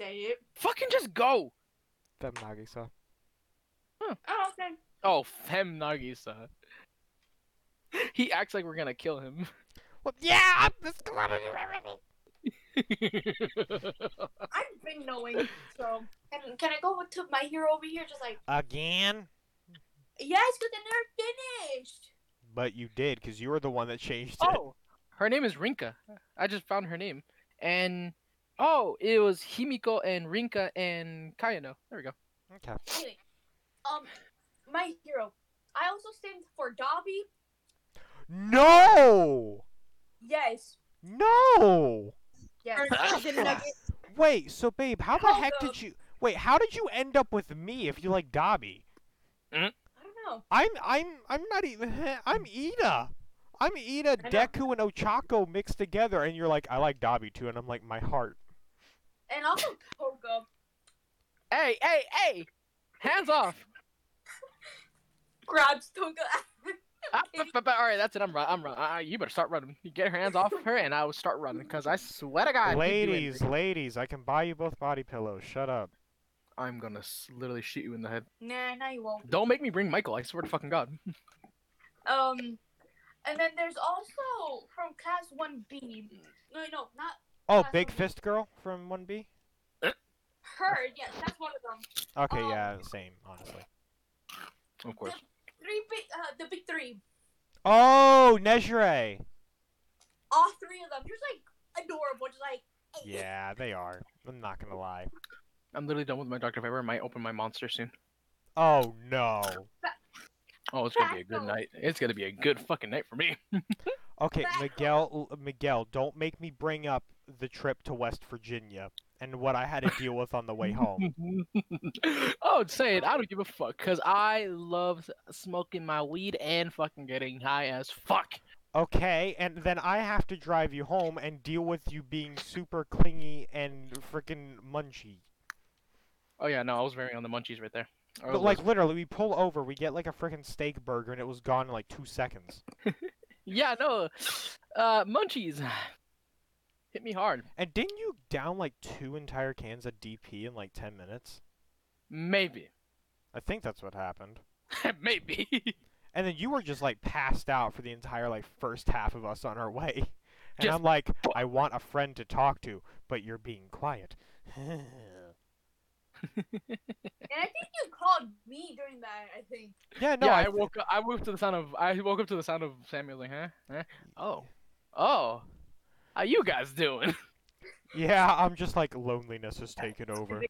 Speaker 4: Say it.
Speaker 2: Fucking just go.
Speaker 1: Them Nagisa.
Speaker 4: Oh, okay.
Speaker 2: Oh, Fem Nagisa. He acts like we're gonna kill him.
Speaker 1: Well, yeah, I'm just glad I'm here.
Speaker 4: I've been knowing. So, and can I go to my hero over here? Just like
Speaker 1: Again?
Speaker 4: yes, because I never finished.
Speaker 1: But you did, because you were the one that changed it.
Speaker 2: Oh, her name is Rinka. I just found her name. And oh, it was Himiko and Rinka and Kayano. There we go.
Speaker 1: Okay.
Speaker 4: Anyway, um, my hero. I also stand for Dobby.
Speaker 1: No!
Speaker 4: Yes.
Speaker 1: No!
Speaker 4: Yes.
Speaker 3: chicken nugget.
Speaker 1: Wait, so babe, how the heck
Speaker 4: Helga.
Speaker 1: did you wait, how did you end up with me if you like Dobby?
Speaker 4: I don't know.
Speaker 1: I'm I'm I'm not even I'm Ida. I'm Ida,
Speaker 4: I know.
Speaker 1: Deku, and Ochako mixed together, and you're like, I like Dobby too, and I'm like, my heart.
Speaker 4: And also Toga.
Speaker 2: Hey, hey, hey! Hands off!
Speaker 4: Grabs Toga.
Speaker 2: Ah, bu- bu- bu- all right, that's it. I'm run. I'm run. Uh, you better start running. You get her hands off her, and I will start running. Cause Ah, I swear to God, if you do
Speaker 1: ladies,
Speaker 2: anything,
Speaker 1: ladies, I can buy you both body pillows. Shut up.
Speaker 2: I'm gonna s- literally shoot you in the head.
Speaker 4: nah, nah, you won't.
Speaker 2: Don't make me bring Michael. I swear to fucking God.
Speaker 4: Um, and then there's also from class one B. No, no, not
Speaker 1: Oh,
Speaker 4: That's
Speaker 1: Big
Speaker 4: what-
Speaker 1: Fist Girl from 1B?
Speaker 4: her. Yes, that's one of them.
Speaker 1: Okay,
Speaker 4: Um,
Speaker 1: yeah, same, honestly.
Speaker 2: Of course.
Speaker 4: Three big, uh, the big three.
Speaker 1: Oh, Nejire!
Speaker 4: All three of them. Just like adorable. Just like
Speaker 1: Yeah, they are. I'm not gonna lie.
Speaker 2: I'm literally done with my Dr. Pepper. I might open my monster soon.
Speaker 1: Oh no.
Speaker 2: Oh, it's gonna be a good
Speaker 4: Fractal.
Speaker 2: night. It's gonna be a good fucking night for me.
Speaker 1: Okay,
Speaker 4: Back
Speaker 1: Miguel, l- Miguel, don't make me bring up the trip to West Virginia and what I had to deal with on the way home. Mm-hmm.
Speaker 2: oh, say it. I don't give a fuck. Cause I love s- smoking my weed and fucking getting high as fuck.
Speaker 1: Okay, and then I have to drive you home and deal with you being super clingy and freaking munchy.
Speaker 2: Oh yeah, no, I was very on the munchies right there. I
Speaker 1: But
Speaker 2: was-
Speaker 1: like literally, we pull over, we get like a freaking steak burger, and it was gone in like two seconds.
Speaker 2: yeah, no, uh, munchies hit me hard.
Speaker 1: And didn't you down like two entire cans of DP in like ten minutes?
Speaker 2: Maybe,
Speaker 1: I think that's what happened.
Speaker 2: maybe.
Speaker 1: And then you were just like passed out for the entire like first half of us on our way. And
Speaker 2: Just
Speaker 1: I'm like, I want a friend to talk to, but you're being quiet.
Speaker 4: And I think you called me during that, I think.
Speaker 1: yeah, no,
Speaker 2: yeah, I,
Speaker 1: I,
Speaker 2: woke up. I woke up to the sound of. I woke up to the sound of Samuel like, huh? huh? Oh, oh, how you guys doing?
Speaker 1: yeah, I'm just like loneliness has taken over.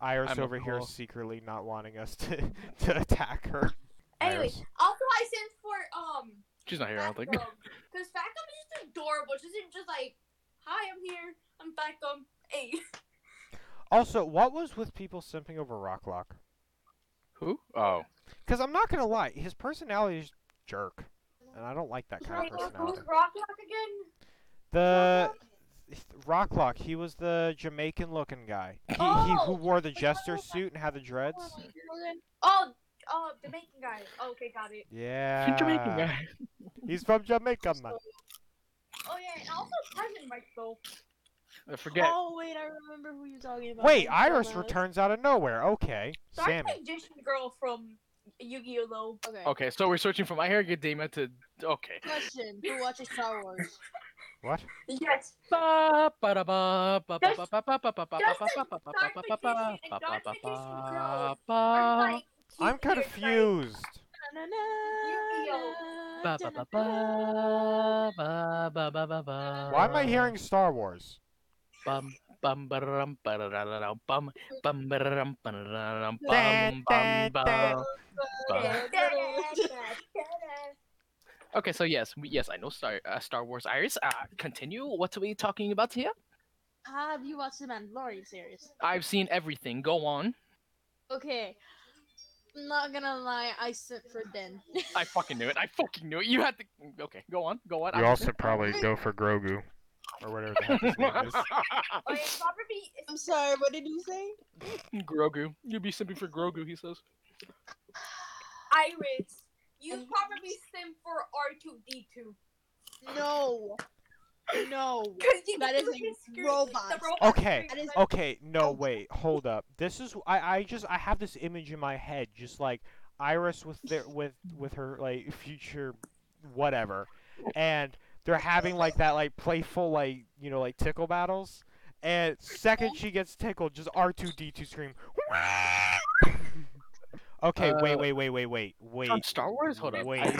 Speaker 1: Iris
Speaker 2: I'm a
Speaker 1: over here
Speaker 2: call.
Speaker 1: secretly not wanting us to to attack her.
Speaker 4: Anyway,
Speaker 1: Iris.
Speaker 4: also I sent for um
Speaker 2: She's not here. I don't think.
Speaker 4: because Factum is just adorable. She isn't just like, hi, I'm here, I'm Factum. Hey,
Speaker 1: Also, what was with people simping over Rocklock?
Speaker 2: Who? Oh,
Speaker 1: Because I'm not gonna lie, his personality is jerk, and I don't like that kind
Speaker 4: Wait,
Speaker 1: of
Speaker 4: who's
Speaker 1: personality.
Speaker 4: Rocklock again?
Speaker 1: The Rocklock, he was the Jamaican-looking guy. He, he who
Speaker 4: Oh,
Speaker 1: wore the
Speaker 4: yeah,
Speaker 1: jester
Speaker 4: yeah.
Speaker 1: suit and had the dreads.
Speaker 4: Oh, oh, the making guy. okay, got it.
Speaker 1: Yeah.
Speaker 2: Jamaican guy.
Speaker 1: He's from Jamaica, man.
Speaker 4: Oh yeah, and also present right though.
Speaker 2: I forget.
Speaker 3: Oh wait, I remember who you're talking about.
Speaker 1: Wait,
Speaker 3: Thanks,
Speaker 1: Iris
Speaker 3: Thomas.
Speaker 1: returns out of nowhere. Okay,
Speaker 4: Dark
Speaker 1: Sammy.
Speaker 4: Magician Girl from Yu-Gi-Oh though.
Speaker 3: Okay.
Speaker 2: Okay, so we're searching from My Hero Academia to okay.
Speaker 3: Question: Who watches Star Wars?
Speaker 1: What?
Speaker 4: Yes.
Speaker 2: Ba, ba, da, ba, ba, ba,
Speaker 4: There's-
Speaker 2: ba, ba, ba, ba, ba, ba,
Speaker 4: there's
Speaker 2: ba,
Speaker 4: the
Speaker 2: ba, ba, ba,
Speaker 4: dark
Speaker 2: ba, ba, ba,
Speaker 4: magician and
Speaker 2: ba, ba,
Speaker 4: dark
Speaker 2: ba,
Speaker 4: magician
Speaker 2: ba,
Speaker 4: girls
Speaker 2: ba.
Speaker 3: Uh,
Speaker 4: Or, like,
Speaker 1: I'm
Speaker 4: cute weird, like-
Speaker 1: confused.
Speaker 3: Na, na,
Speaker 4: Yu-Gi-Oh.
Speaker 3: na,
Speaker 2: Ba, ba, ba,
Speaker 3: na,
Speaker 2: ba, ba, ba, ba, ba, ba.
Speaker 1: Why am I hearing Star Wars?
Speaker 2: Bum, bum, ba-da-dum, ba-da-da-da-dum, bum, bum, ba-da-dum, ba-da-da-dum,
Speaker 1: Da,
Speaker 2: bum,
Speaker 1: da, da.
Speaker 2: bum,
Speaker 1: Uh.
Speaker 2: bum, bum.
Speaker 3: na,
Speaker 4: Da,
Speaker 3: na, na.
Speaker 4: da, da, da.
Speaker 2: Okay, so yes, we- yes, I know Star uh, Star Wars. Iris, uh, continue. What are we talking about here?
Speaker 3: Have you watched the Mandalorian series?
Speaker 2: I've seen everything. Go on.
Speaker 3: Okay. I'm not gonna lie, I sent for Den.
Speaker 2: I fucking knew it. I fucking knew it. You had to. Okay, go on. Go on.
Speaker 7: You
Speaker 2: I-
Speaker 7: also probably go for Grogu.
Speaker 1: Or whatever the heck his name is.
Speaker 4: Oh, yeah, it's probably
Speaker 3: I'm sorry, what did you say?
Speaker 2: Grogu. You'd be simping for Grogu, he says.
Speaker 4: Iris. You probably sim for R two D two.
Speaker 3: No. No. That is a robot.
Speaker 1: Okay,
Speaker 3: That is-
Speaker 1: Okay, no, wait, hold up. This is I, I just I have this image in my head, just like Iris with their with with her like future whatever, and they're having like that like playful like you know like tickle battles, and second she gets tickled, just R two D two scream. okay, wait,
Speaker 2: Uh,
Speaker 1: wait, wait, wait, wait, wait.
Speaker 2: on Star Wars. Hold up.
Speaker 1: Wait,
Speaker 2: I,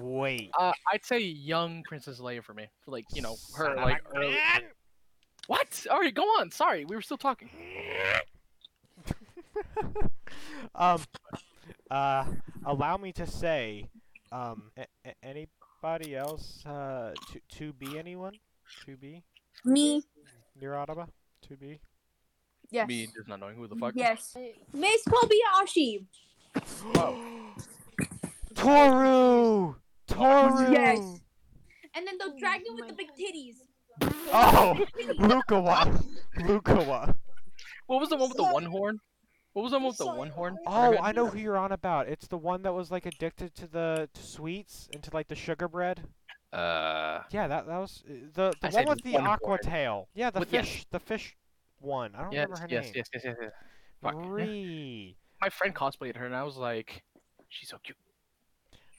Speaker 1: wait.
Speaker 2: uh, I'd say young Princess Leia for me. For like you know her
Speaker 1: Son of
Speaker 2: like
Speaker 1: a
Speaker 2: early.
Speaker 1: gun!
Speaker 2: What? All right, go on. Sorry, we were still talking.
Speaker 1: um, uh, allow me to say, um, a- a- anybody else, uh, to, to be anyone? To be?
Speaker 4: Me,
Speaker 1: Near Ottawa? To be?
Speaker 4: yes.
Speaker 2: Me just not knowing who the fuck.
Speaker 4: Yes. Miss Kobayashi.
Speaker 1: Toru! Toru!
Speaker 4: Yes. And then the
Speaker 8: Oh
Speaker 4: dragon with
Speaker 8: my
Speaker 4: the big titties.
Speaker 1: Oh! Lukawa! Lukawa!
Speaker 2: What was the one with the
Speaker 3: Sorry.
Speaker 2: one horn? What was the one with the
Speaker 3: Sorry.
Speaker 2: one horn?
Speaker 1: Oh,
Speaker 2: forgot.
Speaker 1: I know who you're on about. It's the one that was like addicted to the to sweets and to like the sugar bread.
Speaker 2: Uh,
Speaker 1: Yeah, that that was uh, the the
Speaker 2: I
Speaker 1: one
Speaker 2: said
Speaker 1: with the
Speaker 2: one
Speaker 1: aqua
Speaker 2: word.
Speaker 1: tail. Yeah, the
Speaker 2: With- yes.
Speaker 1: fish, the fish one. I don't
Speaker 2: yes,
Speaker 1: remember her
Speaker 2: yes,
Speaker 1: name.
Speaker 2: yes, yes, yes, yes. Fuck.
Speaker 1: Bree.
Speaker 2: My friend cosplayed her, and I was like, she's so cute.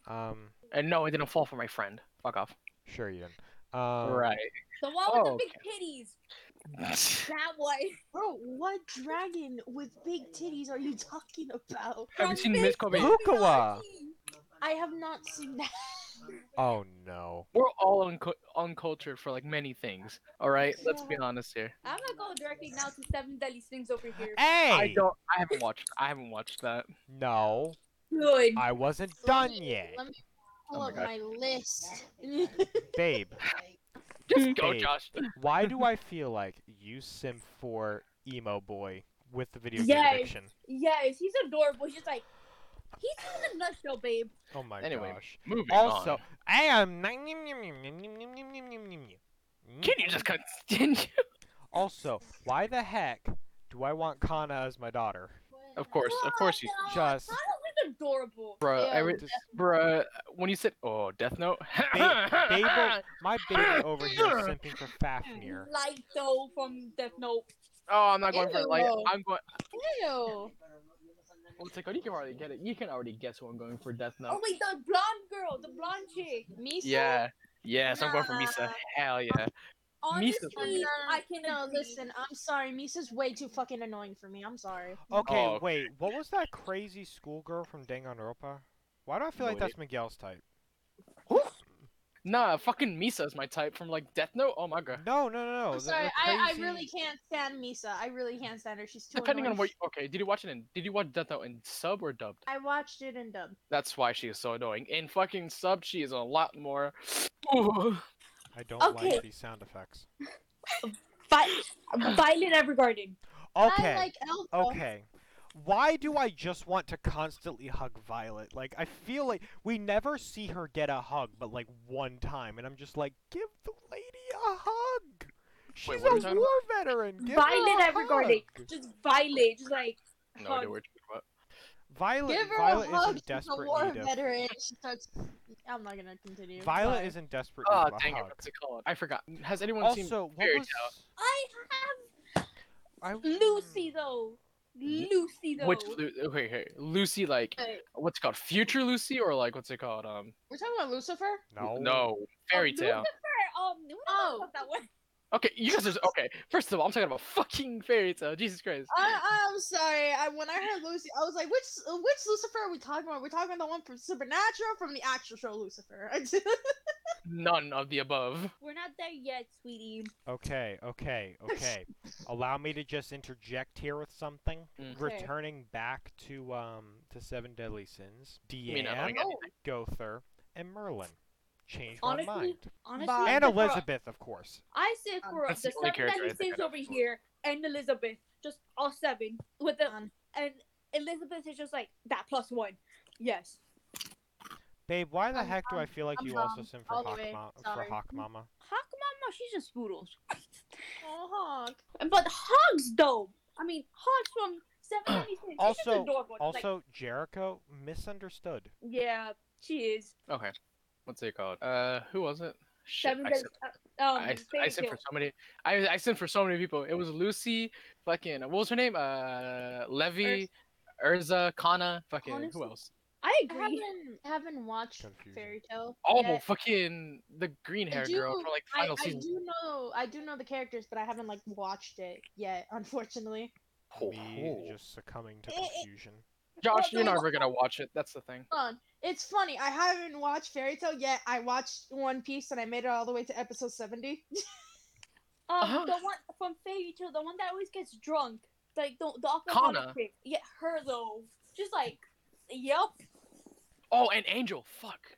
Speaker 1: Um,
Speaker 2: And no, I didn't fall for my friend. Fuck off.
Speaker 1: sure you didn't. Um,
Speaker 2: right.
Speaker 4: The one with
Speaker 2: Oh,
Speaker 4: the big titties.
Speaker 2: I
Speaker 4: That one.
Speaker 3: Bro, what dragon with big titties are you talking about?
Speaker 2: Have you
Speaker 4: From
Speaker 2: seen
Speaker 4: Miss
Speaker 2: Miss Kobe?
Speaker 1: Lukawa.
Speaker 4: Kobayashi.
Speaker 3: I have not seen that.
Speaker 1: Oh no.
Speaker 2: We're all uncu- uncultured for like many things. All right, let's be honest here.
Speaker 4: I'm gonna go directly now to Seven Deadly Sins over here.
Speaker 1: Hey.
Speaker 2: I don't. I haven't watched. I haven't watched that.
Speaker 1: No,
Speaker 4: Good.
Speaker 1: I wasn't
Speaker 3: Let
Speaker 1: done
Speaker 3: me-
Speaker 1: yet,
Speaker 3: Let me
Speaker 2: Oh
Speaker 3: pull
Speaker 2: my
Speaker 3: up
Speaker 2: God.
Speaker 3: my list.
Speaker 1: babe.
Speaker 2: Just go,
Speaker 1: Hey.
Speaker 2: Josh.
Speaker 1: Why do I feel like you simp for emo boy with the video game
Speaker 4: Yes.
Speaker 1: addiction?
Speaker 4: Yes, he's adorable. He's just like, he's just a nutshell, babe.
Speaker 1: Oh my
Speaker 2: Anyway,
Speaker 1: gosh.
Speaker 2: Moving
Speaker 1: Also,
Speaker 2: on.
Speaker 1: I am. Can
Speaker 2: Can you just continue?
Speaker 1: Also, why the heck do I want Kana as my daughter?
Speaker 2: Of course, of course you.
Speaker 4: Oh,
Speaker 1: Just,
Speaker 4: He's adorable.
Speaker 2: Bruh,
Speaker 3: Yeah.
Speaker 2: every,
Speaker 1: just
Speaker 2: bruh, when you said, oh, Death Note.
Speaker 1: Babel, my baby over here is simping for Fafnir.
Speaker 4: Like though from Death Note.
Speaker 2: Oh, I'm not going for it. Like,
Speaker 3: Ew.
Speaker 2: I'm going.
Speaker 3: Ew.
Speaker 2: Well, it's like, oh, you can already get it. You can already guess who I'm going for Death Note.
Speaker 4: Oh wait, the blonde girl, the blonde chick.
Speaker 3: Misa?
Speaker 2: yeah. Yes, I'm going for Misa.
Speaker 3: Nah.
Speaker 2: Hell yeah. Misa's
Speaker 4: Honestly,
Speaker 2: fine.
Speaker 4: I can
Speaker 3: No,
Speaker 4: agree.
Speaker 3: listen, I'm sorry. Misa's way too fucking annoying for me. I'm sorry.
Speaker 1: Okay,
Speaker 2: Oh, okay.
Speaker 1: wait, what was that crazy schoolgirl from Danganronpa? Why do I feel like
Speaker 2: Wait.
Speaker 1: that's Miguel's type?
Speaker 2: Nah, fucking Misa is my type from like Death Note. Oh my god.
Speaker 1: No, no, no, no.
Speaker 3: I'm
Speaker 1: the-
Speaker 3: sorry.
Speaker 1: the
Speaker 3: I, I
Speaker 1: crazy-
Speaker 3: really can't stand Misa. I really can't stand her. She's too
Speaker 2: Depending on
Speaker 3: annoying.
Speaker 2: what. You, okay, did you watch it in? Did you watch Death Note in sub or dubbed?
Speaker 3: I watched it in dub.
Speaker 2: That's why she is so annoying. In fucking sub, she is a lot more. Ooh.
Speaker 1: I don't
Speaker 4: Okay.
Speaker 1: like these sound effeccs.
Speaker 4: Vi- Violet Evergarden.
Speaker 1: Okay,
Speaker 3: I like
Speaker 2: Oh.
Speaker 3: Elfo.
Speaker 1: okay. Why do I just want to constantly hug Violet? Like, I feel like we never see her get a hug but, like, one time, and I'm just like, give the lady a hug! She's
Speaker 2: what are we
Speaker 1: a
Speaker 2: talking
Speaker 1: war veteran! Give her
Speaker 4: Violet
Speaker 1: a
Speaker 4: Evergarden.
Speaker 1: hug.
Speaker 4: Just Violet. Just like.
Speaker 2: No idea what you're
Speaker 1: Violet,
Speaker 3: Give her
Speaker 1: Violet
Speaker 3: a hug.
Speaker 1: is in
Speaker 3: She's a
Speaker 1: desperate
Speaker 3: war
Speaker 1: need of
Speaker 3: veteran. She starts. I'm not gonna continue.
Speaker 1: Violet
Speaker 3: Sorry.
Speaker 1: is in desperate need
Speaker 2: talking
Speaker 1: of
Speaker 2: about. Oh,
Speaker 1: a
Speaker 2: dang it.
Speaker 1: hug.
Speaker 2: What's it called? I forgot. Has anyone seen.
Speaker 1: Also, what
Speaker 2: Fairy
Speaker 1: was
Speaker 4: I
Speaker 1: I,
Speaker 4: have Lucy though. Lucy
Speaker 2: Hmm.
Speaker 4: though. Um,
Speaker 2: Which Lu- okay, okay, Lucy, like
Speaker 3: Wait,
Speaker 2: what's it called future Lucy or like what's it called? Um,
Speaker 3: we're talking about Lucifer.
Speaker 1: No.
Speaker 2: no, fairy
Speaker 4: Lucifer,
Speaker 2: tale.
Speaker 4: Um, we don't
Speaker 3: Oh.
Speaker 4: talk about that one.
Speaker 2: Okay, you guys are okay. First of all, I'm talking about fucking fairy tale. Jesus Christ.
Speaker 3: I, I'm sorry. I, when I heard Lucy, I was like, which which Lucifer are we talking about? We're talking about the one from Supernatural from the actual show Lucifer.
Speaker 2: None of the above.
Speaker 4: We're not there yet, sweetie.
Speaker 1: Okay, okay, okay. Allow me to just interject here with something.
Speaker 2: Mm. Okay.
Speaker 1: Returning back to um to Seven Deadly Sins,
Speaker 2: I mean, I
Speaker 1: Deanne,
Speaker 2: don't get anything.
Speaker 1: Gother, and Merlin. Changed
Speaker 4: Honestly,
Speaker 1: my mind.
Speaker 4: Honestly,
Speaker 3: Bye.
Speaker 4: I
Speaker 1: And
Speaker 4: sit for-
Speaker 1: Elizabeth, of course.
Speaker 4: I sit
Speaker 3: Um,
Speaker 4: for
Speaker 2: That's
Speaker 4: the
Speaker 2: the only
Speaker 4: seven that
Speaker 2: character I
Speaker 4: he
Speaker 2: think I
Speaker 4: sits
Speaker 2: know
Speaker 4: over
Speaker 2: before.
Speaker 4: here and Elizabeth, just all seven with the
Speaker 3: Um,
Speaker 4: and Elizabeth is just like that plus one. Yes,
Speaker 1: Babe, why the
Speaker 3: I'm-
Speaker 1: heck do I feel like
Speaker 3: I'm
Speaker 1: you also
Speaker 3: dumb.
Speaker 1: sim for
Speaker 3: All the
Speaker 1: Hawk,
Speaker 3: way.
Speaker 1: Ma- for
Speaker 3: Sorry. Mm-hmm.
Speaker 1: Hawk Mama?
Speaker 4: Hawk Mama, she's just poodles.
Speaker 3: oh, Hawk.
Speaker 4: But Hogs though, I mean Hogs from Seven Ninety Six. she's just
Speaker 1: Also-
Speaker 4: adorable. Just like,
Speaker 1: Also, Jericho misunderstood.
Speaker 4: yeah, she is.
Speaker 2: Okay, what's it called? Uh, who was it? Shit,
Speaker 4: Seven
Speaker 2: I
Speaker 4: days.
Speaker 2: sent-
Speaker 4: uh, Um,
Speaker 2: I, I
Speaker 4: Fairy
Speaker 2: sent for
Speaker 4: Tail.
Speaker 2: so many. I I sent for so many people. It was Lucy, fucking what was her name? Uh, Levy, Urza, Kana, fucking who
Speaker 4: Honestly-
Speaker 2: else?
Speaker 4: I
Speaker 3: I
Speaker 4: agree.
Speaker 3: haven't, haven't watched
Speaker 1: Confusing.
Speaker 3: Fairy Tale.
Speaker 2: Oh,
Speaker 3: yet.
Speaker 2: fucking the green
Speaker 3: I
Speaker 2: hair
Speaker 3: do-
Speaker 2: girl from like
Speaker 3: I,
Speaker 2: final
Speaker 3: I
Speaker 2: season.
Speaker 3: do know I do know the characters, but I haven't like watched it yet, unfortunately.
Speaker 2: Oh,
Speaker 1: Me
Speaker 2: oh.
Speaker 1: just succumbing to
Speaker 3: Eh, eh.
Speaker 1: confusion.
Speaker 2: Josh, you're
Speaker 3: Well, the-
Speaker 2: never gonna watch it. That's the thing.
Speaker 3: Hold on. It's funny. I haven't watched Fairy Tale yet. I watched One Piece and I made it all the way to episode seventy.
Speaker 4: Um,
Speaker 2: Uh-huh.
Speaker 4: the one from Fairy Tale, the one that always gets drunk, like the the
Speaker 2: Kana.
Speaker 4: alcoholic chick. Yeah, her though. Just like, yep.
Speaker 2: Oh, and Angel. Fuck.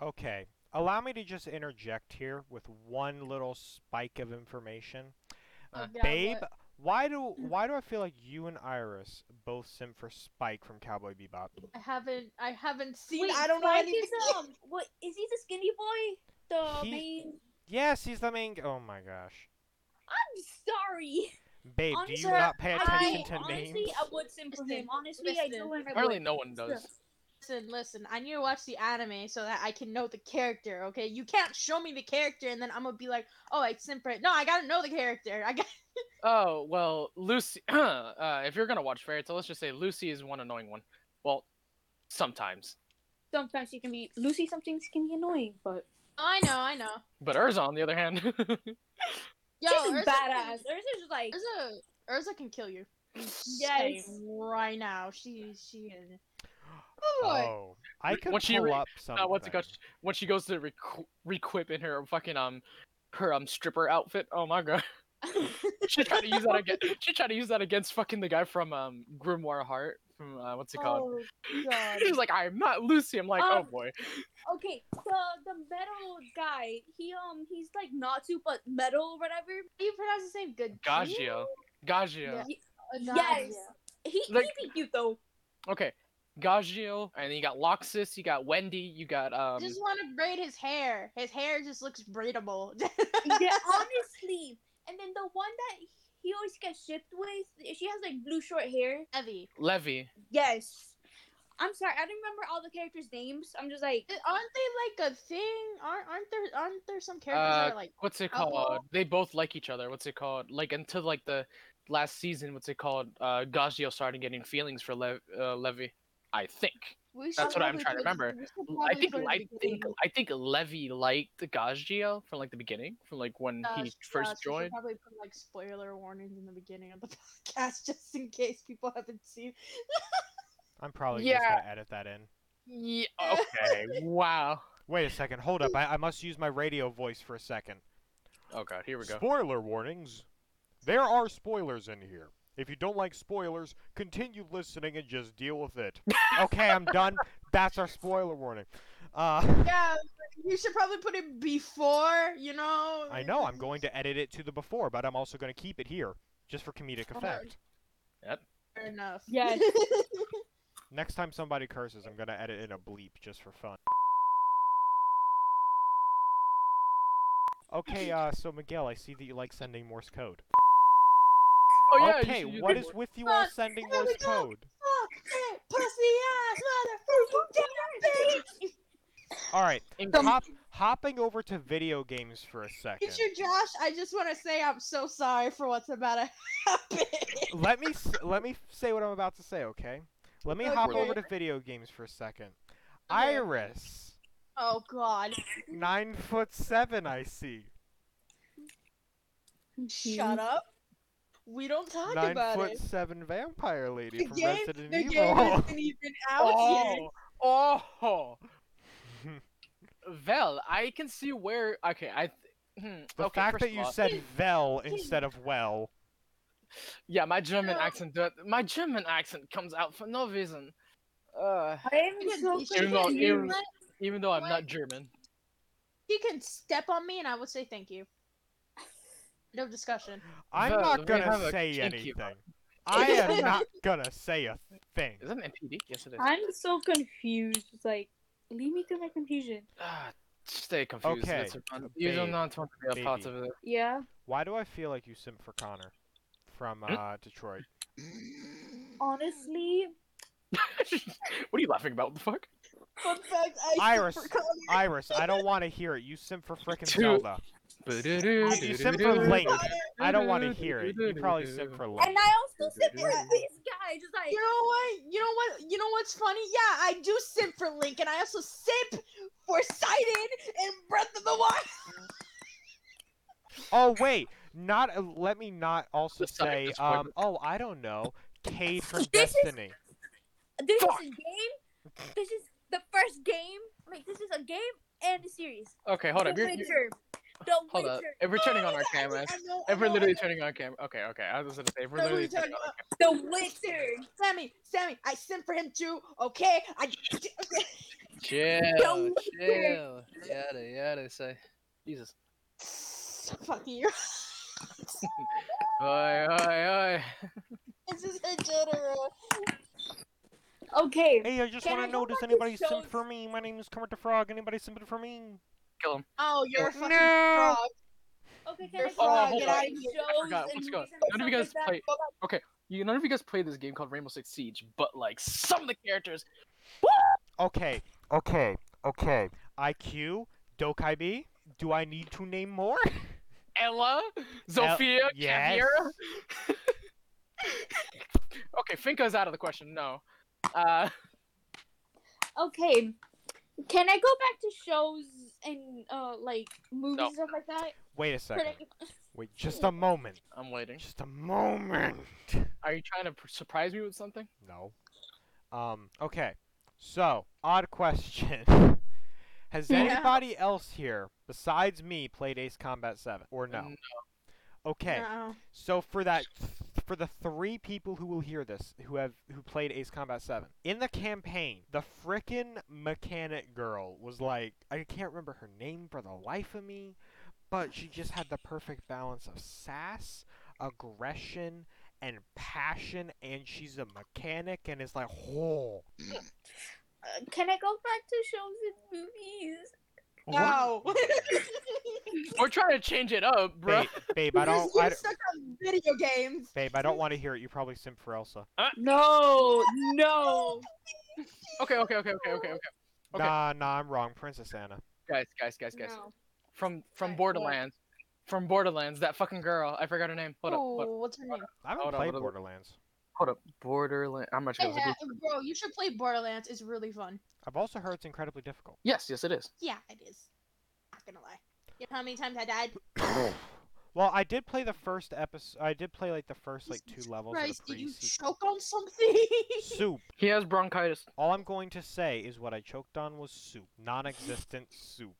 Speaker 1: Okay. Allow me to just interject here with one little spike of information.
Speaker 2: Uh,
Speaker 3: Yeah,
Speaker 1: Babe,
Speaker 3: but-
Speaker 1: why do why do I feel like you and Iris both sim for Spike from Cowboy Bebop?
Speaker 3: I haven't I haven't seen
Speaker 4: Wait,
Speaker 3: I don't know
Speaker 4: Spike
Speaker 3: anything.
Speaker 4: Is, um, what is he? The skinny boy? The
Speaker 1: He-
Speaker 4: main.
Speaker 1: Yes, he's the main. g- Oh my gosh,
Speaker 4: I'm sorry.
Speaker 1: babe, do
Speaker 4: Honestly,
Speaker 1: you not pay attention
Speaker 4: I,
Speaker 1: to
Speaker 4: honestly,
Speaker 1: names?
Speaker 4: I would simp for him.
Speaker 3: Listen,
Speaker 4: Honestly, I do.
Speaker 3: listen.
Speaker 4: And I
Speaker 2: Apparently,
Speaker 4: would.
Speaker 2: no one does.
Speaker 3: Listen, listen, I need to watch the anime so that I can know the character, okay? You can't show me the character and then I'm gonna be like, oh I simp for it. No, I gotta know the character. I got
Speaker 2: Oh well, Lucy. uh, if you're gonna watch Fairy Tale, let's just say Lucy is one annoying one. Well, sometimes.
Speaker 4: Sometimes she can be Lucy. Sometimes she can be annoying, but
Speaker 3: I know, I know.
Speaker 2: But Urza, on the other hand,
Speaker 3: Yo,
Speaker 4: she's
Speaker 3: Urza
Speaker 4: badass.
Speaker 3: can-
Speaker 4: Urza's just like
Speaker 3: Urza Urza can kill you.
Speaker 4: Yes.
Speaker 3: Saying right now. She she is oh.
Speaker 1: Oh, I could
Speaker 2: Once you
Speaker 1: pull
Speaker 2: re-
Speaker 1: up something.
Speaker 2: uh, what's it called? When she goes to requ- requip in her fucking um, her um stripper outfit. Oh my god. she tried to use that against. She tried to use that against fucking the guy from um Grimoire Heart. From uh, what's it
Speaker 3: Oh.
Speaker 2: called?
Speaker 3: god.
Speaker 2: She's like, I'm not Lucy. I'm like,
Speaker 4: Um,
Speaker 2: oh boy.
Speaker 4: Okay, the the metal guy, he um he's like Natsu but metal or whatever.
Speaker 3: How you pronounce his name? Good. Uh,
Speaker 2: Gaggio. Gaggio.
Speaker 3: Yeah.
Speaker 4: Yes. He
Speaker 2: Like-
Speaker 4: he be cute though.
Speaker 2: Okay. Gaggio, and then you got Loxus, you got Wendy, you got um.
Speaker 3: just want to braid his hair. His hair just looks braidable.
Speaker 4: Yeah, honestly. And then the one that he always gets shipped with, she has like blue short hair.
Speaker 3: Heavy.
Speaker 2: Levy.
Speaker 4: Yes. I'm sorry, I don't remember all the characters' names. I'm just like
Speaker 3: Aren't they like a thing? Aren't aren't there aren't there some characters that
Speaker 2: Uh,
Speaker 3: are like
Speaker 2: What's it
Speaker 3: Oh.
Speaker 2: called? They both like each other. What's it called? Like until like the last season. What's it called? Uh, Gaggio started getting feelings for Lev- uh, Levy. I think.
Speaker 3: we
Speaker 2: that's
Speaker 3: should
Speaker 2: what I'm
Speaker 3: probably
Speaker 2: trying to
Speaker 3: put-
Speaker 2: remember.
Speaker 3: we should
Speaker 2: I
Speaker 3: probably
Speaker 2: think
Speaker 3: put it
Speaker 2: I
Speaker 3: in the
Speaker 2: think
Speaker 3: beginning.
Speaker 2: I think Levy liked Gaggio from like the beginning, from like when
Speaker 3: Uh,
Speaker 2: he
Speaker 3: sh-
Speaker 2: first
Speaker 3: uh, so we should
Speaker 2: joined.
Speaker 3: Probably put like spoiler warnings in the beginning of the podcast just in case people haven't seen.
Speaker 1: I'm probably just
Speaker 2: Yeah.
Speaker 1: gonna edit that in.
Speaker 2: Yeah. Okay. wow.
Speaker 1: Wait a second. Hold up. I, I must use my radio voice for a second.
Speaker 2: Oh god. Here we go.
Speaker 1: Spoiler warnings. There are spoilers in here. If you don't like spoilers, continue listening and just deal with it. okay, I'm done. That's our spoiler warning. Uh,
Speaker 3: Yeah, you should probably put it before. You know.
Speaker 1: I know I'm going to edit it to the before, but I'm also going to keep it here just for comedic effect.
Speaker 3: Fair enough.
Speaker 4: Yes.
Speaker 1: Next time somebody curses, I'm going to edit in a bleep just for fun. Okay, uh, so Miguel, I see that you like sending Morse code.
Speaker 2: Oh yeah. you
Speaker 1: okay,
Speaker 2: should use
Speaker 1: what
Speaker 2: the-
Speaker 1: is with you all
Speaker 3: Fuck,
Speaker 1: sending
Speaker 3: there we
Speaker 1: Morse
Speaker 3: go.
Speaker 1: code?
Speaker 3: Fuck it, pussy ass motherfucking damn bitch.
Speaker 1: All right,
Speaker 2: In-
Speaker 1: hop, hopping over to video games for a second.
Speaker 3: Future Josh, I just want to say I'm so sorry for what's about to happen.
Speaker 1: let me s- let me say what I'm about to say, okay? Let me hop
Speaker 3: Okay.
Speaker 1: over to video games for a second.
Speaker 3: Okay.
Speaker 1: Iris,
Speaker 3: Oh God!
Speaker 1: nine foot seven, I see.
Speaker 3: Shut up. We don't talk
Speaker 1: nine
Speaker 3: about
Speaker 1: foot
Speaker 3: it.
Speaker 1: seven vampire
Speaker 3: The
Speaker 1: lady from
Speaker 3: game,
Speaker 1: Resident
Speaker 3: the game
Speaker 1: Evil.
Speaker 3: isn't even out yet.
Speaker 2: Oh. Oh. Well, I can see where. Okay, I. Th- hmm,
Speaker 1: the
Speaker 2: okay,
Speaker 1: fact
Speaker 2: first
Speaker 1: that
Speaker 2: of
Speaker 1: you
Speaker 2: all-
Speaker 1: said "vel" instead of "well."
Speaker 2: Yeah, my German
Speaker 3: No.
Speaker 2: accent. do- My German accent comes out for no reason. Uh,
Speaker 4: I am
Speaker 3: She
Speaker 4: so
Speaker 3: can, she,
Speaker 2: Even though-
Speaker 3: can, you
Speaker 2: even-
Speaker 3: let-
Speaker 2: even though I'm
Speaker 3: What?
Speaker 2: not German.
Speaker 3: she can step on me, and I would say thank you. No discussion.
Speaker 1: I'm
Speaker 2: Vel,
Speaker 1: not
Speaker 2: we have
Speaker 1: gonna
Speaker 2: a
Speaker 1: say
Speaker 2: kinky
Speaker 1: anything.
Speaker 2: one.
Speaker 1: I am not gonna say a thing.
Speaker 2: Is that an MPD? Yes, it is.
Speaker 4: I'm so confused. It's like leave me to my confusion.
Speaker 2: Ah, stay confused.
Speaker 1: Okay, Uh,
Speaker 2: That's a- you do
Speaker 1: babe-
Speaker 2: not want to be a part of it.
Speaker 4: Yeah.
Speaker 1: Why do I feel like you simp for Connor from
Speaker 2: Hmm?
Speaker 1: uh, Detroit?
Speaker 4: Honestly,
Speaker 2: what are you laughing about? The fuck?
Speaker 3: Fun fact: I
Speaker 1: Iris,
Speaker 3: forgot-
Speaker 1: Iris, I don't want to hear it. You simp for frickin'
Speaker 2: Two-
Speaker 1: Zelda. You you simp for Link. I don't want to hear it. You probably simp for Link.
Speaker 8: And I also said for this guy, just like
Speaker 3: You know what? You know what? You know what's funny? Yeah, I do simp for Link, and I also simp for Sidon and Breath of the Wild.
Speaker 1: Oh wait, not uh, let me not also
Speaker 2: The sonic
Speaker 1: say.
Speaker 2: disappointment.
Speaker 1: Um, oh, I don't know. Cade from
Speaker 8: This is-
Speaker 1: Destiny.
Speaker 8: this is a game. This is the first game. Like this is a game and a series.
Speaker 2: Okay, hold
Speaker 8: the
Speaker 2: up. You're,
Speaker 8: Witcher.
Speaker 2: you're,
Speaker 8: The
Speaker 2: hold up.
Speaker 8: Witcher.
Speaker 2: If we're turning on our
Speaker 3: I know,
Speaker 2: cameras,
Speaker 3: I know, I
Speaker 2: if we're
Speaker 3: know, I
Speaker 2: literally
Speaker 3: know.
Speaker 2: turning on camera. Okay, okay. I was just gonna say if we're
Speaker 3: I know who
Speaker 2: literally
Speaker 3: you're
Speaker 2: turning
Speaker 3: talking
Speaker 2: on.
Speaker 3: about.
Speaker 8: The Witcher.
Speaker 3: Sammy, Sammy, I simp for him too. Okay, I. Okay.
Speaker 2: Chill,
Speaker 8: Don't
Speaker 2: chill. Yada yada. Say, Jesus.
Speaker 3: Fuck you.
Speaker 2: Oi, oi, oi.
Speaker 3: This is a general.
Speaker 4: Okay.
Speaker 1: Hey, I just
Speaker 4: Can
Speaker 1: want
Speaker 4: I
Speaker 1: to know,
Speaker 4: go
Speaker 1: does
Speaker 4: back to
Speaker 1: anybody simp
Speaker 4: shows?
Speaker 1: for me? My name is Kermit the Frog. Anybody simping for me?
Speaker 2: Kill him.
Speaker 3: Oh, you're a fucking
Speaker 1: No.
Speaker 3: frog.
Speaker 4: Okay,
Speaker 3: You're
Speaker 4: can
Speaker 3: Oh,
Speaker 4: I
Speaker 3: hold
Speaker 4: get
Speaker 3: on.
Speaker 4: out
Speaker 3: I
Speaker 4: of here?
Speaker 2: forgot. What's going? None of you guys play. Okay, you none of you guys play this game called Rainbow Six Siege, but like some of the characters.
Speaker 1: Okay, okay, okay. IQ, Dokai B. Do I need to name more?
Speaker 2: Ella, Zofia,
Speaker 1: yes.
Speaker 2: Caviera. okay, Finka's out of the question. No. Uh,
Speaker 4: Okay. Can I go back to shows and uh like movies
Speaker 2: No.
Speaker 4: and stuff like that?
Speaker 1: Wait a second.
Speaker 4: Critic-
Speaker 1: Wait, just a moment.
Speaker 2: I'm waiting.
Speaker 1: Just a moment.
Speaker 2: Are you trying to pr- surprise me with something?
Speaker 1: No. Um. Okay. So, odd question. Has
Speaker 4: Yeah.
Speaker 1: anybody else here besides me played Ace Combat 7 or no?
Speaker 2: No.
Speaker 1: Okay. So for that for the three people who will hear this who have who played Ace Combat 7 in the campaign the frickin' mechanic girl was like I can't remember her name for the life of me but she just had the perfect balance of sass aggression and passion and she's a mechanic and it's like oh
Speaker 4: Uh, Can I go back to shows and movies?
Speaker 3: No.
Speaker 2: We're trying to change it up, bro.
Speaker 1: babe, babe I don't I,
Speaker 3: You're
Speaker 1: d-
Speaker 3: stuck on video games.
Speaker 1: babe I don't want to hear it you probably simp for Elsa
Speaker 4: No, no.
Speaker 2: Okay, okay, okay, okay, okay, okay. Okay.
Speaker 1: nah nah I'm wrong Princess Anna
Speaker 2: Guys, guys, guys, guys.
Speaker 4: No.
Speaker 2: From from
Speaker 4: Alright, what?
Speaker 2: Borderlands. From Borderlands, that fucking girl. I forgot her name. Hold up. Hold up.
Speaker 3: Oh, what's her name?
Speaker 1: I haven't
Speaker 2: Hold
Speaker 1: played
Speaker 2: on, what are the-
Speaker 1: Borderlands
Speaker 2: Hold up. Borderlands. I'm not sure.
Speaker 3: Hey,
Speaker 2: if it's a good-
Speaker 3: uh, bro, you should play Borderlands. It's really fun.
Speaker 1: I've also heard it's incredibly difficult
Speaker 2: Yes, yes, it is.
Speaker 3: Yeah, it is. Not gonna lie. You know how many times I died?
Speaker 1: Well, I did play the first episode. I did play like the first like two levels
Speaker 3: Christ,
Speaker 1: of the
Speaker 3: did you
Speaker 1: pre-sequel.
Speaker 3: choke on something?
Speaker 1: Soup.
Speaker 2: He has bronchitis.
Speaker 1: All I'm going to say is what I choked on was soup, non-existent soup.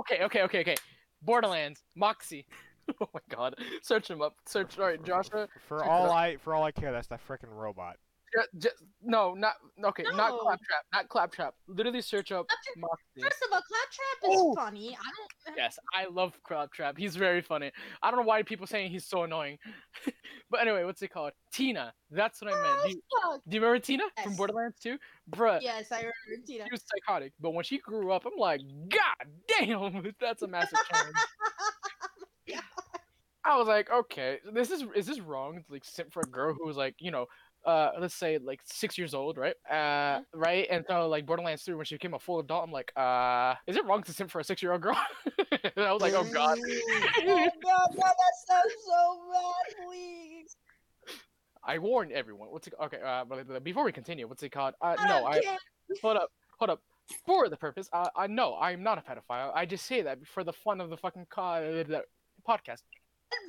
Speaker 2: okay, okay, okay, okay. Borderlands, Moxie. oh my god. Search him up. Search. All right, Joshua.
Speaker 1: For
Speaker 2: check it
Speaker 1: all
Speaker 2: out.
Speaker 1: I for all I care, that's that frickin' robot.
Speaker 2: Ju- ju- no, not okay. Not
Speaker 3: No.
Speaker 2: claptrap. Not claptrap. Literally search up
Speaker 3: Claptrap-
Speaker 2: Moxie.
Speaker 3: First of all, Claptrap is
Speaker 2: Oh.
Speaker 3: funny. I don't.
Speaker 2: Yes, I love claptrap. He's very funny. I don't know why people saying he's so annoying. but anyway, what's it called? Tina. That's what I meant. Do you,
Speaker 3: Fuck.
Speaker 2: do you remember Tina from
Speaker 3: Yes.
Speaker 2: Borderlands 2? Bruh,
Speaker 3: Yes, I remember Tina.
Speaker 2: she was psychotic. But when she grew up, I'm like, God damn, that's a massive change. I was like, okay, this is is this wrong? Like, sent for a girl who was like, you know, uh, let's say like six years old, right? Uh, right. And so like Borderlands three, when she became a full adult, I'm like, uh, is it wrong to send for a six year old girl? And I was like, oh god.
Speaker 3: oh god, no, that sounds so bad, please.
Speaker 2: I warned everyone. What's it? Okay. Uh, blah, blah, blah. before we continue, what's it called? Uh,
Speaker 3: I
Speaker 2: no,
Speaker 3: don't
Speaker 2: I
Speaker 3: care.
Speaker 2: hold up, hold up. uh, For the purpose, uh, I no, I'm not a pedophile. I just say that for the fun of the fucking co- podcast.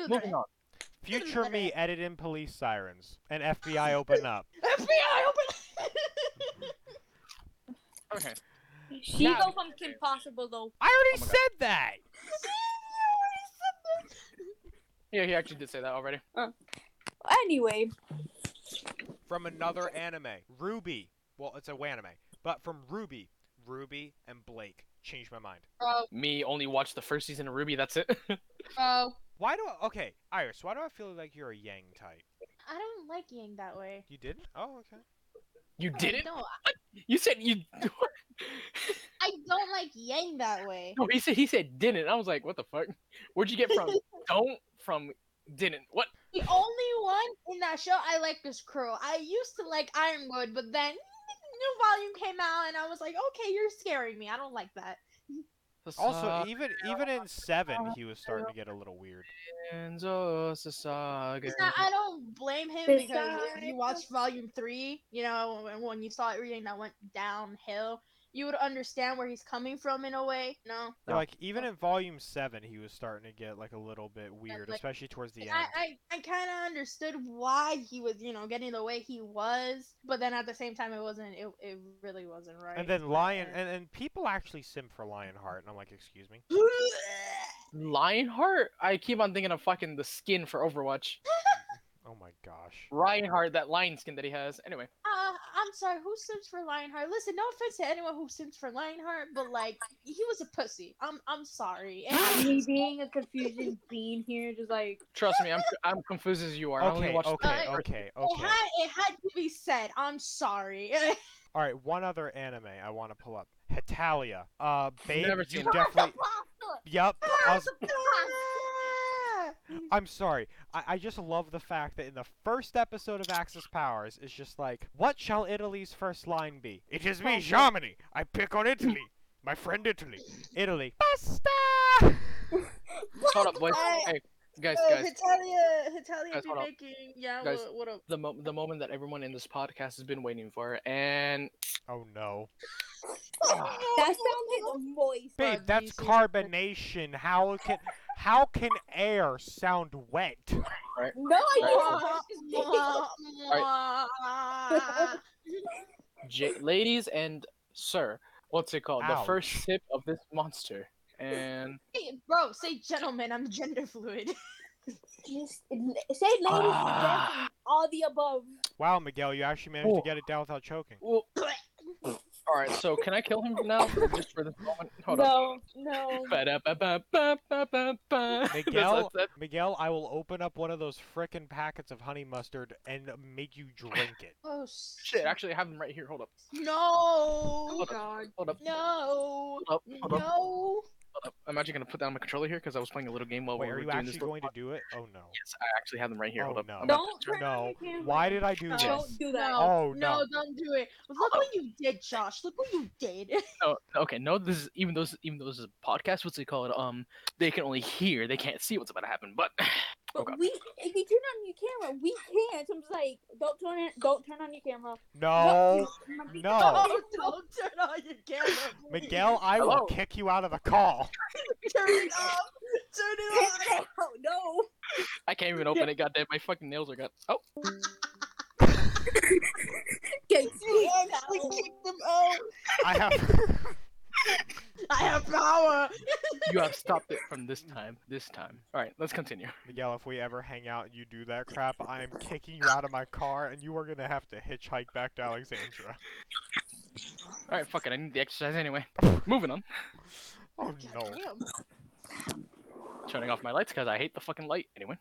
Speaker 2: Moving on.
Speaker 1: Future me edit in police sirens and FBI open up.
Speaker 3: FBI, open.
Speaker 2: Okay.
Speaker 4: She
Speaker 2: Now-
Speaker 4: go from Kim Possible though.
Speaker 1: I already
Speaker 2: Oh my God.
Speaker 1: said that.
Speaker 2: Yeah, he actually did say that already.
Speaker 4: Anyway,
Speaker 1: From another anime, Ruby. Well, it's a wanime, but from Ruby, Ruby and Blake changed my mind.
Speaker 3: bro,
Speaker 2: Me only watched the first season of Ruby. That's it.
Speaker 3: bro,
Speaker 1: Why do I, okay, Iris? Why do I feel like you're a Yang type?
Speaker 3: I don't like Yang that way.
Speaker 1: You didn't? Oh, okay.
Speaker 2: you
Speaker 3: No,
Speaker 2: did
Speaker 3: I
Speaker 2: it.
Speaker 3: don't.
Speaker 2: You said you.
Speaker 3: I don't like Yang that way.
Speaker 2: no, he said he said didn't. I was like, what the fuck? Where'd you get from? Don't from didn't. What?
Speaker 3: The only one in that show I like is Crow. I used to like Ironwood, but then new volume came out, and I was like, okay, you're scaring me. I don't like that.
Speaker 2: Uh,
Speaker 1: Also, even even in seven, he was starting to get a little weird.
Speaker 2: Sagan, oh, Sagan.
Speaker 3: It's not, I don't blame him because you watched volume three, you know, and when you saw it reading that went downhill, you would understand where he's coming from in a way. No,
Speaker 9: No.
Speaker 1: Like even in volume seven, he was starting to get like a little bit weird,
Speaker 3: like-
Speaker 1: especially towards the end.
Speaker 3: I, I, I kind of understood why he was, you know, getting the way he was, but then at the same time, it wasn't, it, it really wasn't right.
Speaker 1: And then Lion
Speaker 2: uh,
Speaker 1: and, and people actually sim for Lionheart, and I'm like, excuse me.
Speaker 3: Uh,
Speaker 2: Lionheart? I keep on thinking of fucking the skin for Overwatch.
Speaker 1: Oh my gosh.
Speaker 2: Reinhardt, that lion skin that he has. Anyway,
Speaker 3: Uh, I'm sorry, who sims for Lionheart? Listen, no offense to anyone who sims for Lionheart, but like he was a pussy. I'm I'm sorry. And-
Speaker 4: Me being a confusion being here, just like
Speaker 2: trust me, I'm I'm confused as you are. I only
Speaker 1: Okay,
Speaker 2: watched the
Speaker 1: okay,
Speaker 2: first-
Speaker 1: okay,
Speaker 3: It
Speaker 1: okay.
Speaker 3: had it had to be said. I'm sorry.
Speaker 1: All right, one other anime I want to pull up. Hetalia. Uh, babe,
Speaker 2: Never
Speaker 1: you
Speaker 2: seen it.
Speaker 1: definitely. Yup. I was- I'm sorry. I, I just love the fact that in the first episode of Axis Powers, it's just like, what shall Italy's first line be? It is me, Germany. I pick on Italy. My friend Italy. Italy. Basta!
Speaker 2: Hold up, boys.
Speaker 3: I-
Speaker 2: Hey, guys,
Speaker 3: Uh,
Speaker 2: guys.
Speaker 3: Hitalia, Hitalia
Speaker 2: Guys,
Speaker 3: be
Speaker 2: hold on.
Speaker 3: making yeah.
Speaker 2: Guys.
Speaker 3: What, what up?
Speaker 2: The mo- the moment that everyone in this podcast has been waiting for, and
Speaker 1: Oh no.
Speaker 4: that sounded moist.
Speaker 1: Babe,
Speaker 3: Love
Speaker 1: that's
Speaker 3: you, Susan.
Speaker 1: carbonation. How can how can air sound wet?
Speaker 4: No, I
Speaker 3: Mwah, mwah, mwah.
Speaker 2: J- ladies and sir, what's it called? The first
Speaker 1: Ouch.
Speaker 2: sip of this monster, and
Speaker 3: Hey, Bro, say gentlemen. I'm gender fluid.
Speaker 4: didn't. Just l- say ladies,
Speaker 2: Ah.
Speaker 4: gentlemen, all the above.
Speaker 1: Wow, Miguel, you actually managed
Speaker 2: Oh.
Speaker 1: to get it down without choking.
Speaker 2: well, all right. So can I kill him now, just for this moment? Hold on.
Speaker 4: no, no.
Speaker 2: Ba-da-ba-ba-ba-ba-ba. That's-
Speaker 1: Miguel,
Speaker 2: that's- that's-
Speaker 1: Miguel, I will open up one of those frickin' packets of honey mustard and make you drink it.
Speaker 3: Oh
Speaker 2: Shit, actually, I have him right here. Hold up.
Speaker 3: No.
Speaker 2: Hold up. Hold up.
Speaker 3: No.
Speaker 2: Hold up. Hold up.
Speaker 3: No.
Speaker 2: I'm actually gonna put down my controller here because I was playing a little game while
Speaker 1: Wait,
Speaker 2: we
Speaker 1: are
Speaker 2: Oh, were
Speaker 1: you
Speaker 2: doing
Speaker 1: actually
Speaker 2: this.
Speaker 1: going to do it? Oh no.
Speaker 2: Yes, I actually have them right here.
Speaker 1: Oh,
Speaker 2: Hold up.
Speaker 1: no.
Speaker 2: I'm about
Speaker 4: Don't
Speaker 2: to
Speaker 4: turn on
Speaker 1: No.
Speaker 4: your camera.
Speaker 1: Why did I do
Speaker 3: Yes.
Speaker 1: this?
Speaker 4: Don't do that.
Speaker 3: No,
Speaker 1: Oh,
Speaker 3: no.
Speaker 1: no.
Speaker 3: don't do it. Look what you did, Josh. Look what you did.
Speaker 2: No, Oh, okay, no. This is even though this, even though this is a podcast. What's it called? Um, they can only hear. They can't see what's about to happen. But
Speaker 4: But
Speaker 2: Okay.
Speaker 4: we, if you turn on your camera, we can't. I'm just like, don't turn it. Don't turn on your camera.
Speaker 2: Oh,
Speaker 1: No.
Speaker 4: no.
Speaker 1: No.
Speaker 3: Oh, don't turn on your camera. please.
Speaker 1: Miguel, I will
Speaker 2: Hello.
Speaker 1: kick you out of the call.
Speaker 3: Turn it off. Turn it off.
Speaker 4: Oh no.
Speaker 2: I can't even open it. Goddamn, my fucking nails are got. Oh,
Speaker 4: Okay,
Speaker 3: You actually kicked them out.
Speaker 1: I have
Speaker 3: I have power.
Speaker 2: you have stopped it from this time. This time. All right, let's continue.
Speaker 1: Miguel, if we ever hang out and you do that crap, I am kicking you out of my car and you are gonna have to hitchhike back to Alexandria.
Speaker 2: All right, fuck it. I need the exercise anyway. Moving on.
Speaker 1: Oh no.
Speaker 3: Damn.
Speaker 2: Turning off my lights because I hate the fucking light. Anyway,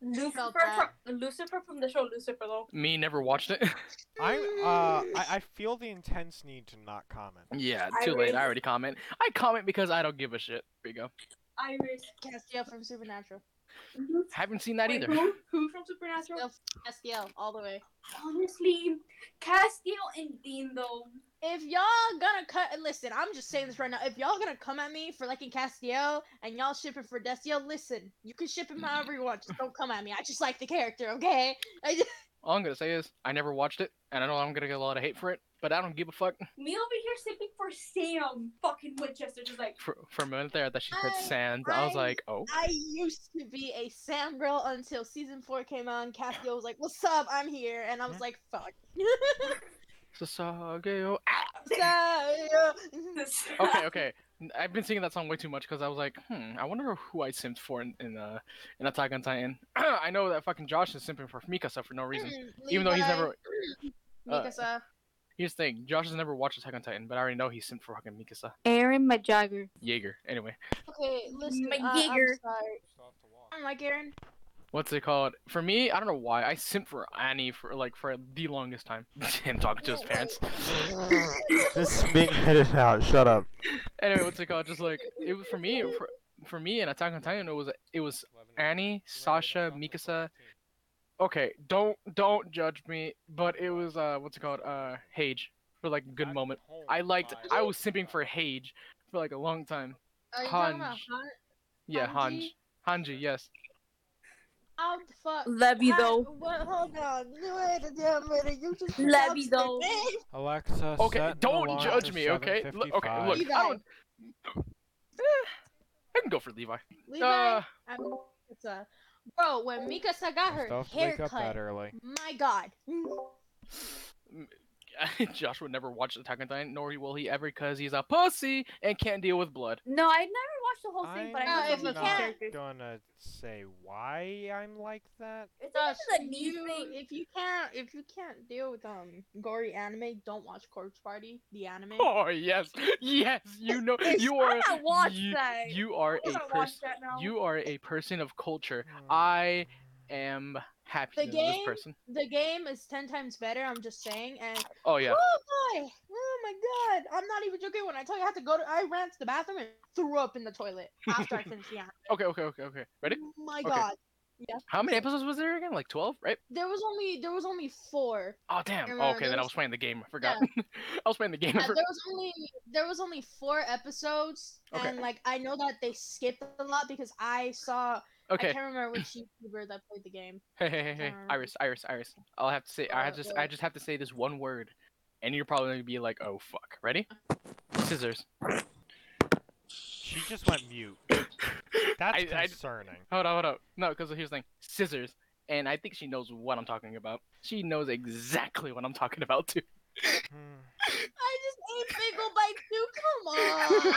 Speaker 3: Felt
Speaker 8: Lucifer
Speaker 3: that.
Speaker 8: from, Lucifer from the show Lucifer, though.
Speaker 2: me never watched it.
Speaker 1: I uh I, I feel the intense need to not comment.
Speaker 2: yeah,
Speaker 8: I
Speaker 2: too late.
Speaker 8: really-
Speaker 2: I already comment. I comment because I don't give a shit. There you go.
Speaker 8: Iris.
Speaker 3: Castiel from Supernatural.
Speaker 2: Haven't seen that
Speaker 8: Wait,
Speaker 2: either.
Speaker 8: Who, who from Supernatural?
Speaker 3: Castiel, Castiel, all the way.
Speaker 8: Honestly, Castiel and Dean, though.
Speaker 3: If y'all gonna cut, listen, I'm just saying this right now. If y'all gonna come at me for liking Castiel and y'all shipping for Destiel, listen, you can ship him however you want. Just don't come at me. I just like the character, okay? I just,
Speaker 2: All I'm gonna say is I never watched it, and I know I'm gonna get a lot of hate for it, but I don't give a fuck.
Speaker 8: Me over here sipping for Sam fucking Winchester, just like.
Speaker 2: For, for a moment there, that she said
Speaker 3: I-
Speaker 2: Sans, I, was
Speaker 3: I-
Speaker 2: like, oh,
Speaker 3: I used to be a Sam girl until season four came on. Castiel was like, "What's up? I'm here," and I was like, "Fuck."
Speaker 2: Sasageo. Ah!
Speaker 3: So-
Speaker 2: Okay, okay. N- I've been singing that song way too much because I was like, hmm, I wonder who I simped for in in, uh, in Attack on Titan. I know that fucking Josh is simping for Mikasa for no
Speaker 3: Mm,
Speaker 2: reason, even though he's
Speaker 3: Levi,
Speaker 2: never. uh,
Speaker 3: Mikasa.
Speaker 2: Here's the thing, Josh has never watched Attack on Titan, but I already know he simped for fucking Mikasa
Speaker 4: Aaron Majagger.
Speaker 2: Jaeger. Anyway,
Speaker 3: okay, listen,
Speaker 8: my
Speaker 3: uh, I'm
Speaker 8: Jaeger.
Speaker 3: sorry. Oh I don't like Aaron.
Speaker 2: what's it called? For me, I don't know why I simped for Annie for like for the longest time. Him talking to his parents.
Speaker 1: This big headed out, shut up.
Speaker 2: anyway, what's it called? Just like it was for me. For, for me, and Attack on Titan, it was it was Annie, Sasha, Mikasa. Okay, don't don't judge me, but it was uh what's it called? Uh, Hage for like a good moment. I liked. I was simping for Hage for like a long time.
Speaker 3: Are you talking about
Speaker 2: Hanj.
Speaker 3: Han?
Speaker 2: Yeah, Hanj.
Speaker 3: Hanji?
Speaker 2: Hanji, yes.
Speaker 3: How the fuck?
Speaker 4: Levy
Speaker 3: Han-
Speaker 4: though.
Speaker 3: What, hold on. Wait a damn minute. You just
Speaker 4: Levy
Speaker 3: pronounced
Speaker 4: though.
Speaker 3: the name.
Speaker 1: Alexa.
Speaker 2: Okay, don't judge me, okay? Look, okay, look.
Speaker 3: Levi.
Speaker 2: I don't. Eh, I can go for Levi.
Speaker 3: Levi.
Speaker 2: Uh,
Speaker 3: I mean, it's a- Bro, when Mikasa got her haircut,
Speaker 1: early.
Speaker 3: my god.
Speaker 2: Josh would never watch Attack on Titan, nor will he ever, because he's a pussy and can't deal with blood.
Speaker 4: No, I've never watched the whole thing, but
Speaker 3: know
Speaker 4: I
Speaker 3: if
Speaker 4: just
Speaker 3: you
Speaker 4: love the
Speaker 3: can't-
Speaker 4: characters.
Speaker 1: Gonna say why I'm like that.
Speaker 4: It's
Speaker 3: Josh,
Speaker 4: just a new
Speaker 3: you,
Speaker 4: thing.
Speaker 3: if you can't if you can't deal with um gory anime, don't watch Corpse Party, the anime.
Speaker 2: Oh yes, yes, you know you
Speaker 4: I
Speaker 2: are.
Speaker 4: gotta watch
Speaker 2: you,
Speaker 4: that.
Speaker 2: you are a
Speaker 8: I wanna watch
Speaker 2: person.
Speaker 8: that now.
Speaker 2: You are a person of culture. I am happy
Speaker 3: The
Speaker 2: to know
Speaker 3: game?
Speaker 2: this person.
Speaker 3: The game is ten times better, I'm just saying, and
Speaker 2: Oh yeah.
Speaker 3: oh boy! Oh my god. I'm not even joking when I tell you I had to go to I ran to the bathroom and threw up in the toilet after I finished the anime.
Speaker 2: Okay, okay, okay, okay. Ready?
Speaker 3: My
Speaker 2: Okay.
Speaker 3: god.
Speaker 2: How many episodes was there again? Like twelve, right?
Speaker 3: There was only there was only four.
Speaker 2: Oh damn.
Speaker 3: Remember,
Speaker 2: Oh, okay,
Speaker 3: there
Speaker 2: then I
Speaker 3: was-
Speaker 2: was playing the game. I forgot. I was playing the game. I
Speaker 3: Yeah,
Speaker 2: for-
Speaker 3: Uh, there was only there was only four episodes,
Speaker 2: Okay.
Speaker 3: and like I know that they skipped a lot because I saw I
Speaker 2: Okay.
Speaker 3: can't remember which YouTuber that played the game.
Speaker 2: Hey, hey, hey, hey,
Speaker 3: Um,
Speaker 2: Iris, Iris, Iris. I'll have to say. I have to. s- I
Speaker 3: uh,
Speaker 2: just have to say this one word, and you're probably gonna be like, "Oh fuck." Ready? Scissors.
Speaker 1: She just went mute. That's
Speaker 2: I- I-
Speaker 1: concerning.
Speaker 2: Hold on, hold up. No, because here's the thing. Scissors. And I think she knows what I'm talking about. She knows exactly what I'm talking about too.
Speaker 1: Hmm.
Speaker 3: I just ate Biggle Bite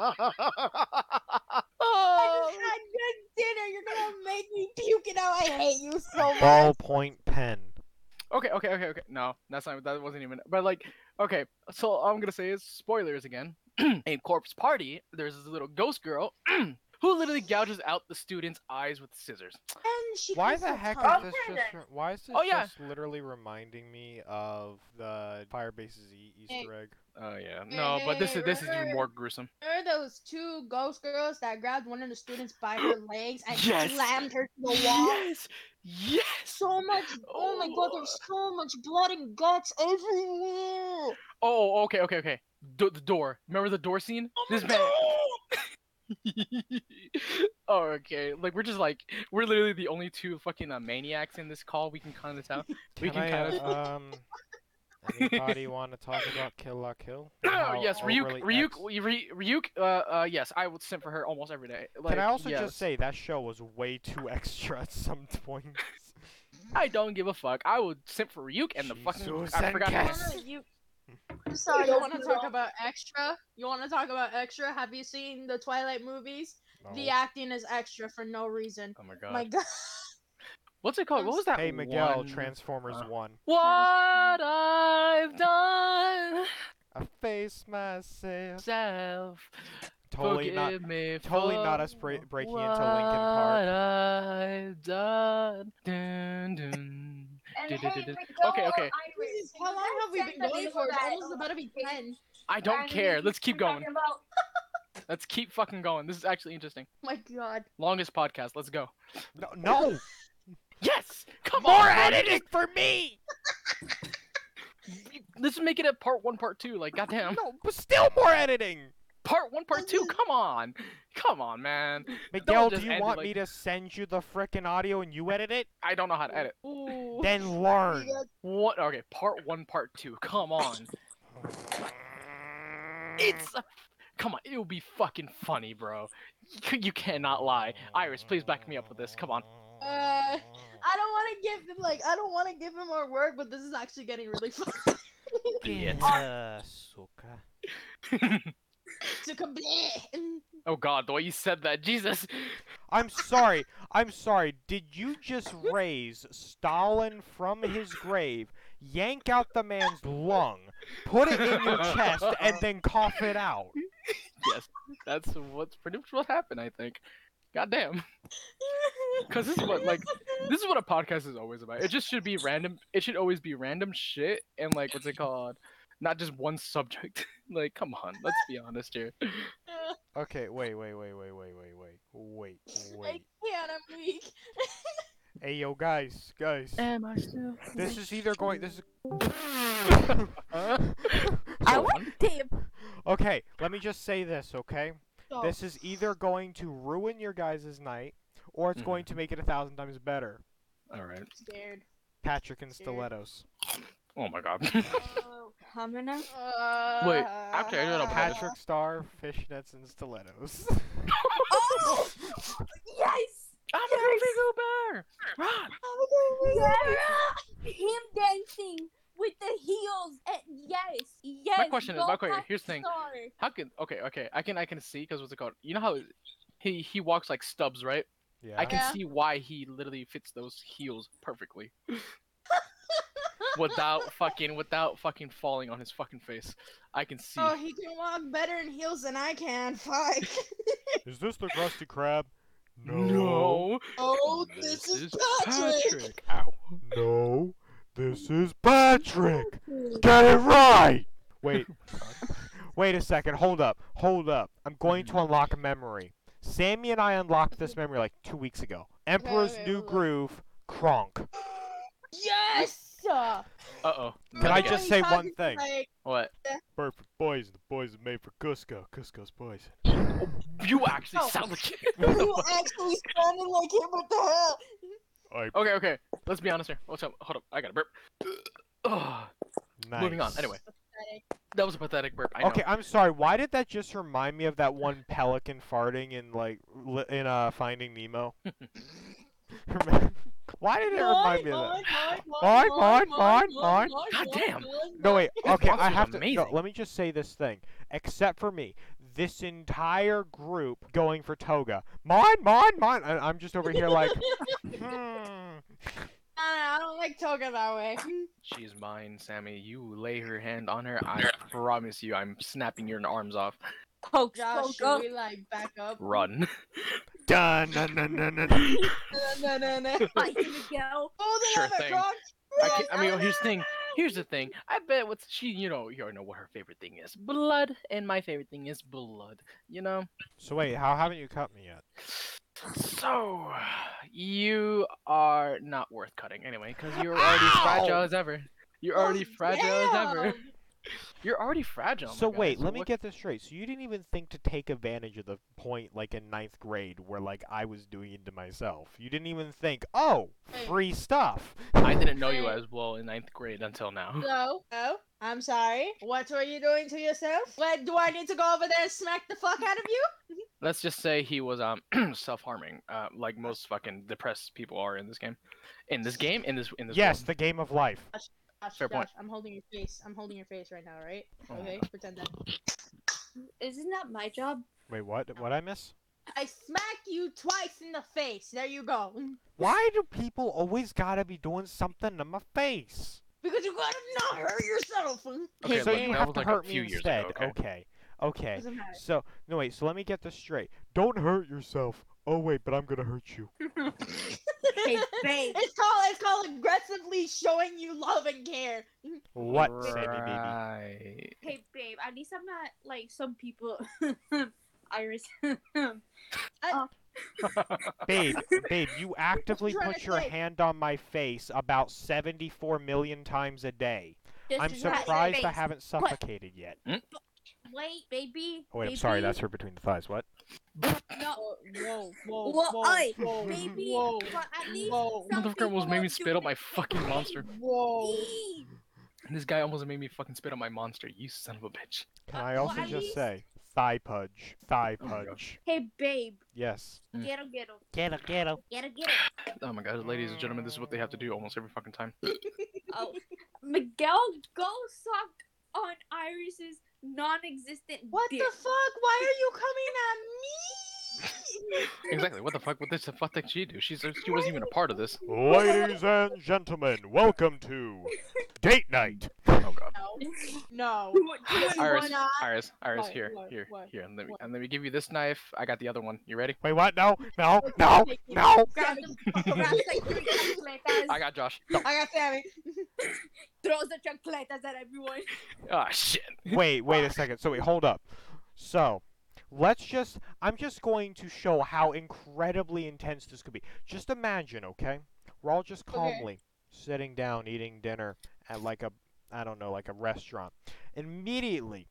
Speaker 3: too. Come on.
Speaker 2: Oh,
Speaker 3: I just had good dinner. You're gonna make me puke it out. I hate you so much.
Speaker 1: Ballpoint pen.
Speaker 2: Okay, okay, okay, okay. No, that's not. That wasn't even. But like, okay. So all I'm gonna say is spoilers again. In corpse party, there's this little ghost girl who literally gouges out the students' eyes with scissors.
Speaker 3: And she
Speaker 1: Why
Speaker 3: cuts
Speaker 1: the
Speaker 3: her
Speaker 1: heck
Speaker 3: tongue.
Speaker 1: is this just? Re- why is this
Speaker 2: Oh, yeah.
Speaker 1: just literally reminding me of the Firebase's e- Easter egg?
Speaker 2: Oh yeah. No, but this is this is even more gruesome.
Speaker 3: There are those two ghost girls that grabbed one of the students by her legs and
Speaker 2: Yes.
Speaker 3: slammed her to the wall.
Speaker 2: Yes. Yes.
Speaker 3: So much. Oh my god,
Speaker 2: Oh.
Speaker 3: there's so much blood and guts everywhere.
Speaker 2: Oh, okay, okay, okay. Do the door. Remember the door scene? this man. oh, okay. Like we're just like we're literally the only two fucking uh, maniacs in this call. We can kind of tell.
Speaker 1: Can
Speaker 2: We can
Speaker 1: I,
Speaker 2: kind of.
Speaker 1: uh, um. Anybody want to talk about Kill La Kill? and how
Speaker 2: Oh, yes, Ryuk,
Speaker 1: overly
Speaker 2: Ryuk,
Speaker 1: ex-
Speaker 2: Ry- Ryuk. Uh, uh, yes, I would simp for her almost every day. Like,
Speaker 1: Can I also
Speaker 2: yes.
Speaker 1: just say that show was way too extra at some points?
Speaker 2: I don't give a fuck. I would simp for Ryuk and the fucking.
Speaker 1: Jesus
Speaker 2: I forgot. her-
Speaker 1: Christ.
Speaker 3: I'm sorry. You
Speaker 8: that's
Speaker 3: want to
Speaker 8: the
Speaker 3: talk
Speaker 8: one.
Speaker 3: about extra? You want to talk about extra? Have you seen the Twilight movies? The
Speaker 1: No.
Speaker 3: acting is extra for no reason.
Speaker 2: Oh my god.
Speaker 3: My God.
Speaker 2: What's it called? What was that?
Speaker 1: Hey Miguel,
Speaker 2: one-
Speaker 1: Transformers
Speaker 2: uh,
Speaker 1: One.
Speaker 2: What I've done.
Speaker 1: I face myself.
Speaker 2: Self.
Speaker 1: Totally
Speaker 2: Forgive
Speaker 1: not.
Speaker 2: me
Speaker 1: totally not
Speaker 2: for
Speaker 1: us bra- breaking into Lincoln Park.
Speaker 2: what I've done. Dun, dun.
Speaker 8: And
Speaker 2: Du- du-
Speaker 8: hey,
Speaker 2: du- du-
Speaker 8: Miguel
Speaker 2: Okay,
Speaker 8: or
Speaker 2: okay.
Speaker 8: Iris,
Speaker 3: Jesus,
Speaker 8: can
Speaker 3: how
Speaker 8: you
Speaker 3: long
Speaker 8: guys
Speaker 3: have we
Speaker 8: send
Speaker 3: been going
Speaker 8: me
Speaker 3: for? It's
Speaker 8: that,
Speaker 3: almost
Speaker 8: um,
Speaker 3: about to be
Speaker 8: thing?
Speaker 3: ten.
Speaker 2: I don't
Speaker 8: Iris,
Speaker 2: care.
Speaker 8: you
Speaker 2: Let's keep going.
Speaker 8: talking about-
Speaker 2: Let's keep fucking going. This is actually interesting.
Speaker 3: My God.
Speaker 2: Longest podcast. Let's go.
Speaker 1: No, no,
Speaker 2: Yes! Come
Speaker 1: more
Speaker 2: on!
Speaker 1: editing for me.
Speaker 2: Let's make it a part one, part two. Like, goddamn.
Speaker 1: No, but still more editing.
Speaker 2: Part one, part two. Come on. Come on, man.
Speaker 1: Miguel, do
Speaker 2: just
Speaker 1: you
Speaker 2: end it
Speaker 1: want
Speaker 2: like-
Speaker 1: me to send you the frickin' audio and you edit it?
Speaker 2: I don't know how to edit.
Speaker 3: Ooh.
Speaker 1: Then learn.
Speaker 2: What? Okay, part one, part two. Come on. It's. a- Come on. It will be fucking funny, bro. You- You cannot lie. Iris, please back me up with this. Come on.
Speaker 3: Uh, I don't want to give him like I don't want to give him more work, but this is actually getting really fun.
Speaker 2: Idiot.
Speaker 1: Uh, suka.
Speaker 3: to complete.
Speaker 2: Oh god, the way you said that, Jesus.
Speaker 1: I'm sorry. I'm sorry. Did you just raise Stalin from his grave, yank out the man's lung, put it in your chest, and then cough it out?
Speaker 2: Yes, that's what's pretty much what happened, I think. God damn. Cause this is what like this is what a podcast is always about. It just should be random it should always be random shit and like what's it called? Not just one subject. like, come on, let's be honest here.
Speaker 1: Okay, wait, wait, wait, wait, wait, wait, wait, wait,
Speaker 3: I
Speaker 1: wait.
Speaker 3: can't. I'm weak.
Speaker 1: Hey, yo, guys, guys.
Speaker 3: Uh,
Speaker 2: Am I still
Speaker 1: This is either going. This is.
Speaker 2: Huh?
Speaker 4: I want to.
Speaker 1: Okay, let me just say this, okay?
Speaker 3: Oh.
Speaker 8: though.
Speaker 1: This is either going to ruin your guys' night or it's
Speaker 2: Mhm.
Speaker 1: going to make it a thousand times better.
Speaker 2: All right.
Speaker 3: Scared.
Speaker 1: Patrick and
Speaker 3: Sure.
Speaker 1: Stilettos.
Speaker 2: Oh my god.
Speaker 3: Oh.
Speaker 4: Hamina?
Speaker 2: Wait,
Speaker 3: Uh,
Speaker 2: actually, I don't know,
Speaker 1: Patrick Star, Fishnets, and Stilettos.
Speaker 8: Oh! yes! Yes.
Speaker 2: I'm a big bear. Run.
Speaker 8: Yeah! Him dancing with the heels. And yes, yes.
Speaker 2: question is-
Speaker 8: go
Speaker 2: my question-
Speaker 8: Patrick
Speaker 2: here's the thing.
Speaker 8: Star.
Speaker 2: How can? Okay, okay. I can I can see because what's it called? You know how he he walks like stubs, right?
Speaker 1: yeah.
Speaker 2: I can
Speaker 3: Yeah.
Speaker 2: see why he literally fits those heels perfectly. without fucking without fucking falling on his fucking face. I can see.
Speaker 3: Oh, he can walk better in heels than I can. Fuck.
Speaker 1: Is this the Krusty Krab?
Speaker 2: no.
Speaker 3: oh, this, is Patrick.
Speaker 2: Ow.
Speaker 1: No. This is Patrick. Get it right. Wait. Wait a second. Hold up. Hold up. I'm going to unlock a memory. Sammy and I unlocked this memory like two weeks ago. Emperor's
Speaker 3: okay,
Speaker 1: New
Speaker 3: hold up.
Speaker 1: Groove, Kronk.
Speaker 3: Yes. Can
Speaker 2: Uh oh.
Speaker 1: Can I just say one thing?
Speaker 3: Like,
Speaker 2: What?
Speaker 1: Bird for poison. The poison made for Cusco. Cusco's poison.
Speaker 2: You actually
Speaker 3: Oh.
Speaker 2: sound like
Speaker 3: you actually sounded like him. What the hell?
Speaker 1: I
Speaker 2: Okay, okay. Let's be honest here. What's up? Hold up. I got a burp. Ugh. Moving on.
Speaker 1: Nice.
Speaker 2: Anyway, that was a pathetic burp. I know.
Speaker 1: Okay, I'm sorry. Why did that just remind me of that one pelican farting in like li- in uh Finding Nemo? Remem- Why did it remind me of that? Mine, mine, mine, mine.
Speaker 2: God damn.
Speaker 1: No wait. Okay, I
Speaker 2: monster's
Speaker 1: have to. No,
Speaker 2: amazing.
Speaker 1: let me just say this thing. Except for me, this entire group going for Toga. Mine, mine, mine. And I'm just over here like, hmm.
Speaker 3: I don't like Toga that way.
Speaker 2: She's mine, Sammy. You lay her hand on her. I promise you, I'm snapping your arms off.
Speaker 4: Poke,
Speaker 3: Josh,
Speaker 4: poke, oh,
Speaker 3: should we like back up?
Speaker 2: Run.
Speaker 5: Dun, dun, dun, dun, dun.
Speaker 3: No, no, no.
Speaker 4: Fight Miguel.
Speaker 3: Hold it
Speaker 2: Sure
Speaker 3: up,
Speaker 2: thing.
Speaker 3: Gronk.
Speaker 2: I,
Speaker 3: Yes,
Speaker 2: can, I mean, well, here's the thing.
Speaker 3: know.
Speaker 2: Here's the thing. I bet what's she, you know, you already know what her favorite thing is blood, and my favorite thing is blood. You know.
Speaker 1: So wait, how haven't you cut me yet?
Speaker 2: So you are not worth cutting anyway, because you're already fragile as ever. You're already fragile as ever.
Speaker 3: Damn.
Speaker 2: You're already fragile. Oh my
Speaker 1: so
Speaker 2: guy,
Speaker 1: wait, let me
Speaker 2: what-
Speaker 1: get this straight. So you didn't even think to take advantage of the point, like in ninth grade, where like I was doing it to myself. You didn't even think, oh,
Speaker 3: Wait.
Speaker 1: free stuff.
Speaker 2: I didn't know you
Speaker 3: Hey.
Speaker 2: as well in ninth grade until now.
Speaker 3: No, no. I'm sorry. What were you doing to yourself? What do I need to go over there and smack the fuck out of you?
Speaker 2: Let's just say he was um self-harming, uh, like most fucking depressed people are in this game. In this game, in this in this.
Speaker 1: yes,
Speaker 2: world.
Speaker 1: the game of life.
Speaker 3: Josh,
Speaker 2: Fair point.
Speaker 3: Josh, I'm holding your face. I'm holding your face right now, right?
Speaker 2: Oh my
Speaker 3: Okay, pretend that.
Speaker 4: Isn't that my job?
Speaker 1: Wait, what? What I miss?
Speaker 3: I smack you twice in the face. There you go.
Speaker 1: Why do people always gotta be doing something to my face?
Speaker 3: Because you gotta not hurt yourself.
Speaker 2: Okay,
Speaker 1: so
Speaker 2: look,
Speaker 1: you
Speaker 2: that
Speaker 1: have
Speaker 2: was
Speaker 1: to
Speaker 2: like a
Speaker 1: hurt me
Speaker 2: few years
Speaker 1: instead.
Speaker 2: ago, okay?
Speaker 1: okay. Okay.
Speaker 3: Doesn't matter.
Speaker 1: So no wait. So let me get this straight. Don't hurt yourself. Oh wait, but I'm gonna hurt you.
Speaker 4: Hey, babe.
Speaker 3: It's called it's called aggressively showing you love and care.
Speaker 1: What, Sammy baby?
Speaker 2: Right.
Speaker 4: Hey, babe. At least I'm not like some people. Iris.
Speaker 1: babe, babe, you actively
Speaker 3: trying
Speaker 1: put
Speaker 3: to
Speaker 1: your
Speaker 3: say.
Speaker 1: hand on my face about 74 million times a day.
Speaker 4: This
Speaker 1: I'm
Speaker 4: is not your
Speaker 1: surprised I
Speaker 4: face.
Speaker 1: haven't suffocated yet.
Speaker 4: Wait, baby.
Speaker 1: Oh wait, I'm sorry.
Speaker 4: baby.
Speaker 1: That's her between the thighs. What?
Speaker 4: No.
Speaker 3: Whoa, whoa,
Speaker 4: Well,
Speaker 3: whoa,
Speaker 4: I-
Speaker 3: whoa,
Speaker 4: Baby.
Speaker 3: whoa,
Speaker 4: But at least
Speaker 3: whoa,
Speaker 4: some
Speaker 2: Motherfucker almost
Speaker 4: people
Speaker 2: made
Speaker 4: will
Speaker 2: me
Speaker 4: do
Speaker 2: spit out
Speaker 4: it.
Speaker 2: my fucking monster.
Speaker 3: whoa.
Speaker 4: Babe.
Speaker 2: This guy almost made me fucking spit out my monster. You son of a bitch.
Speaker 1: Can
Speaker 4: Uh,
Speaker 1: I
Speaker 4: well,
Speaker 1: also
Speaker 4: at
Speaker 1: just
Speaker 4: least-
Speaker 1: say thigh pudge, thigh
Speaker 2: Oh my gosh.
Speaker 1: pudge?
Speaker 4: Hey, babe.
Speaker 1: Yes.
Speaker 2: Mm.
Speaker 4: Quiero, quiero.
Speaker 6: Quiero, quiero.
Speaker 4: Quiero, quiero.
Speaker 2: Oh my god, ladies and gentlemen, this is what they have to do almost every fucking time.
Speaker 4: Oh, Miguel go sucked on Iris's non-existent
Speaker 3: What
Speaker 4: dick.
Speaker 3: the fuck? Why are you coming at me?
Speaker 2: Exactly. What the fuck? What this? The fuck did she do? She's she wasn't even a part of this.
Speaker 5: Ladies and gentlemen, welcome to Date Night.
Speaker 2: Oh god.
Speaker 3: No.
Speaker 4: You want- you want
Speaker 2: Iris,
Speaker 4: one-
Speaker 3: not?
Speaker 2: Iris, Iris,
Speaker 3: What,
Speaker 2: here,
Speaker 3: what,
Speaker 2: here,
Speaker 3: what,
Speaker 2: here. And let, me,
Speaker 3: what?
Speaker 2: and let me give you this knife. I got the other one. You ready?
Speaker 5: Wait, what? No, no, no, no.
Speaker 4: grab the grab the three chancletas,
Speaker 2: I got Josh.
Speaker 3: I got Sammy.
Speaker 4: throws the chancletas at everyone.
Speaker 2: Ah shit.
Speaker 1: wait, wait a second. So wait, hold up. So, let's just I'm just going to show how incredibly intense this could be. Just imagine, okay? We're all just calmly sitting down eating dinner at like a I don't know, like a restaurant. Immediately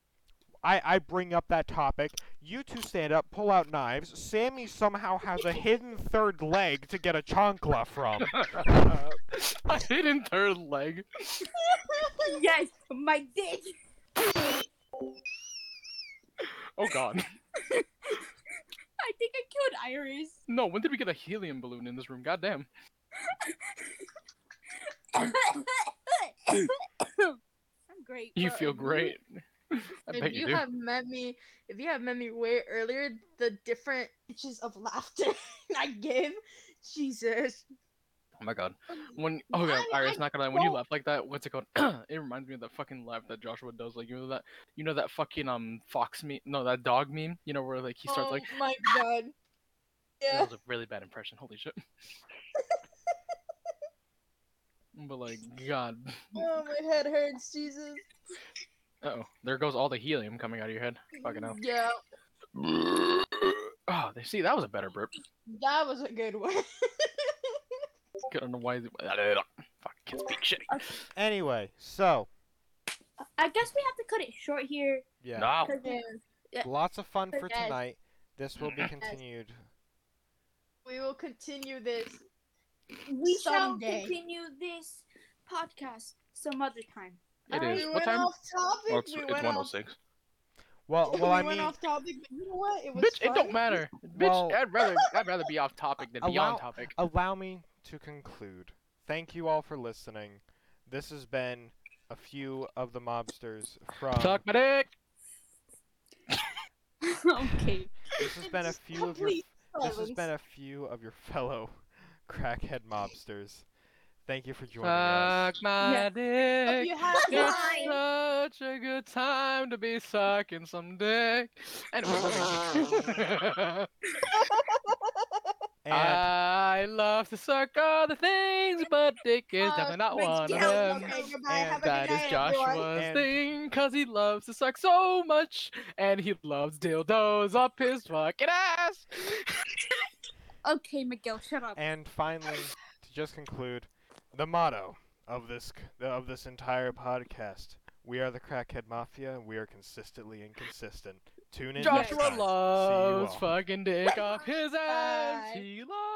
Speaker 1: I, I bring up that topic. You two stand up, pull out knives. Sammy somehow has a hidden third leg to get a chancla from.
Speaker 2: I hit in third leg.
Speaker 4: Yes, my dick.
Speaker 2: Oh god.
Speaker 4: I think I killed Iris.
Speaker 2: No, when did we get a helium balloon in this room? Goddamn.
Speaker 4: I'm great.
Speaker 2: You
Speaker 4: but-
Speaker 2: feel great. I
Speaker 3: if
Speaker 2: bet you
Speaker 3: you
Speaker 2: do.
Speaker 3: have met me, if you have met me way earlier, the different inches of laughter I give, Jesus.
Speaker 2: Oh my god. When oh god,
Speaker 4: I-
Speaker 2: Iris, not gonna lie, when you
Speaker 4: don't-
Speaker 2: laugh like that, what's it called? it reminds me of that fucking laugh that Joshua does. Like you know that you know that fucking um fox meme no that dog meme, you know, where like he starts
Speaker 3: oh
Speaker 2: like
Speaker 3: my God. Yeah.
Speaker 2: that was a really bad impression, holy shit. but like god.
Speaker 3: Oh, my head hurts, Jesus.
Speaker 2: oh. There goes all the helium coming out of your head. Fucking hell.
Speaker 3: Yeah,
Speaker 2: Oh, they see that was a better burp.
Speaker 3: that was a good one.
Speaker 2: I don't know why. Fuck, can't speak shitty.
Speaker 1: Anyway, so
Speaker 4: I guess we have to cut it short here.
Speaker 1: yeah,
Speaker 2: No.
Speaker 4: 'cause
Speaker 3: Yeah.
Speaker 1: lots of fun for
Speaker 4: Yes.
Speaker 1: tonight. This will be continued.
Speaker 3: we will continue this.
Speaker 4: We shall
Speaker 3: Someday.
Speaker 4: continue this podcast some other time.
Speaker 2: It is.
Speaker 3: We
Speaker 2: What
Speaker 3: went
Speaker 2: time?
Speaker 3: off topic.
Speaker 2: Well, it's,
Speaker 3: we
Speaker 2: it's
Speaker 3: went off.
Speaker 2: 106.
Speaker 1: Well, well, I
Speaker 3: we went
Speaker 1: mean,
Speaker 3: off topic, but you know what? It was
Speaker 2: Bitch, it
Speaker 3: fun.
Speaker 2: don't matter.
Speaker 1: Well-
Speaker 2: Bitch, I'd rather I'd rather be off topic than be
Speaker 1: Allow-
Speaker 2: on topic.
Speaker 1: allow me to conclude. Thank you all for listening. This has been a few of the mobsters from.
Speaker 2: Suck my dick.
Speaker 4: okay.
Speaker 1: This has been a
Speaker 3: Just
Speaker 1: few of your.
Speaker 3: complete
Speaker 1: This has
Speaker 3: silence.
Speaker 1: been a few of your fellow crackhead mobsters. Thank you for joining us.
Speaker 2: Suck my
Speaker 3: Hope
Speaker 2: dick.
Speaker 3: you had
Speaker 2: It's
Speaker 3: fun.
Speaker 2: such a good time to be sucking some dick. And
Speaker 1: And
Speaker 2: I love to suck all the things, but dick is definitely not
Speaker 3: Thanks,
Speaker 2: one of
Speaker 3: Uh, Joe.
Speaker 2: them.
Speaker 3: Okay, goodbye.
Speaker 1: And
Speaker 3: Have a good
Speaker 2: That is
Speaker 3: night, everyone.
Speaker 2: Joshua's
Speaker 1: And-
Speaker 2: thing, cause he loves to suck so much, and he loves dildos up his fucking ass.
Speaker 4: Okay, Miguel, shut up.
Speaker 1: and finally, to just conclude, the motto of this c- of this entire podcast: We are the crackhead mafia. and We are consistently inconsistent. Tune in. next time.
Speaker 2: Joshua
Speaker 1: See you
Speaker 2: loves
Speaker 1: all.
Speaker 2: fucking dick up his ass.
Speaker 3: Bye.
Speaker 2: He loves. Oh,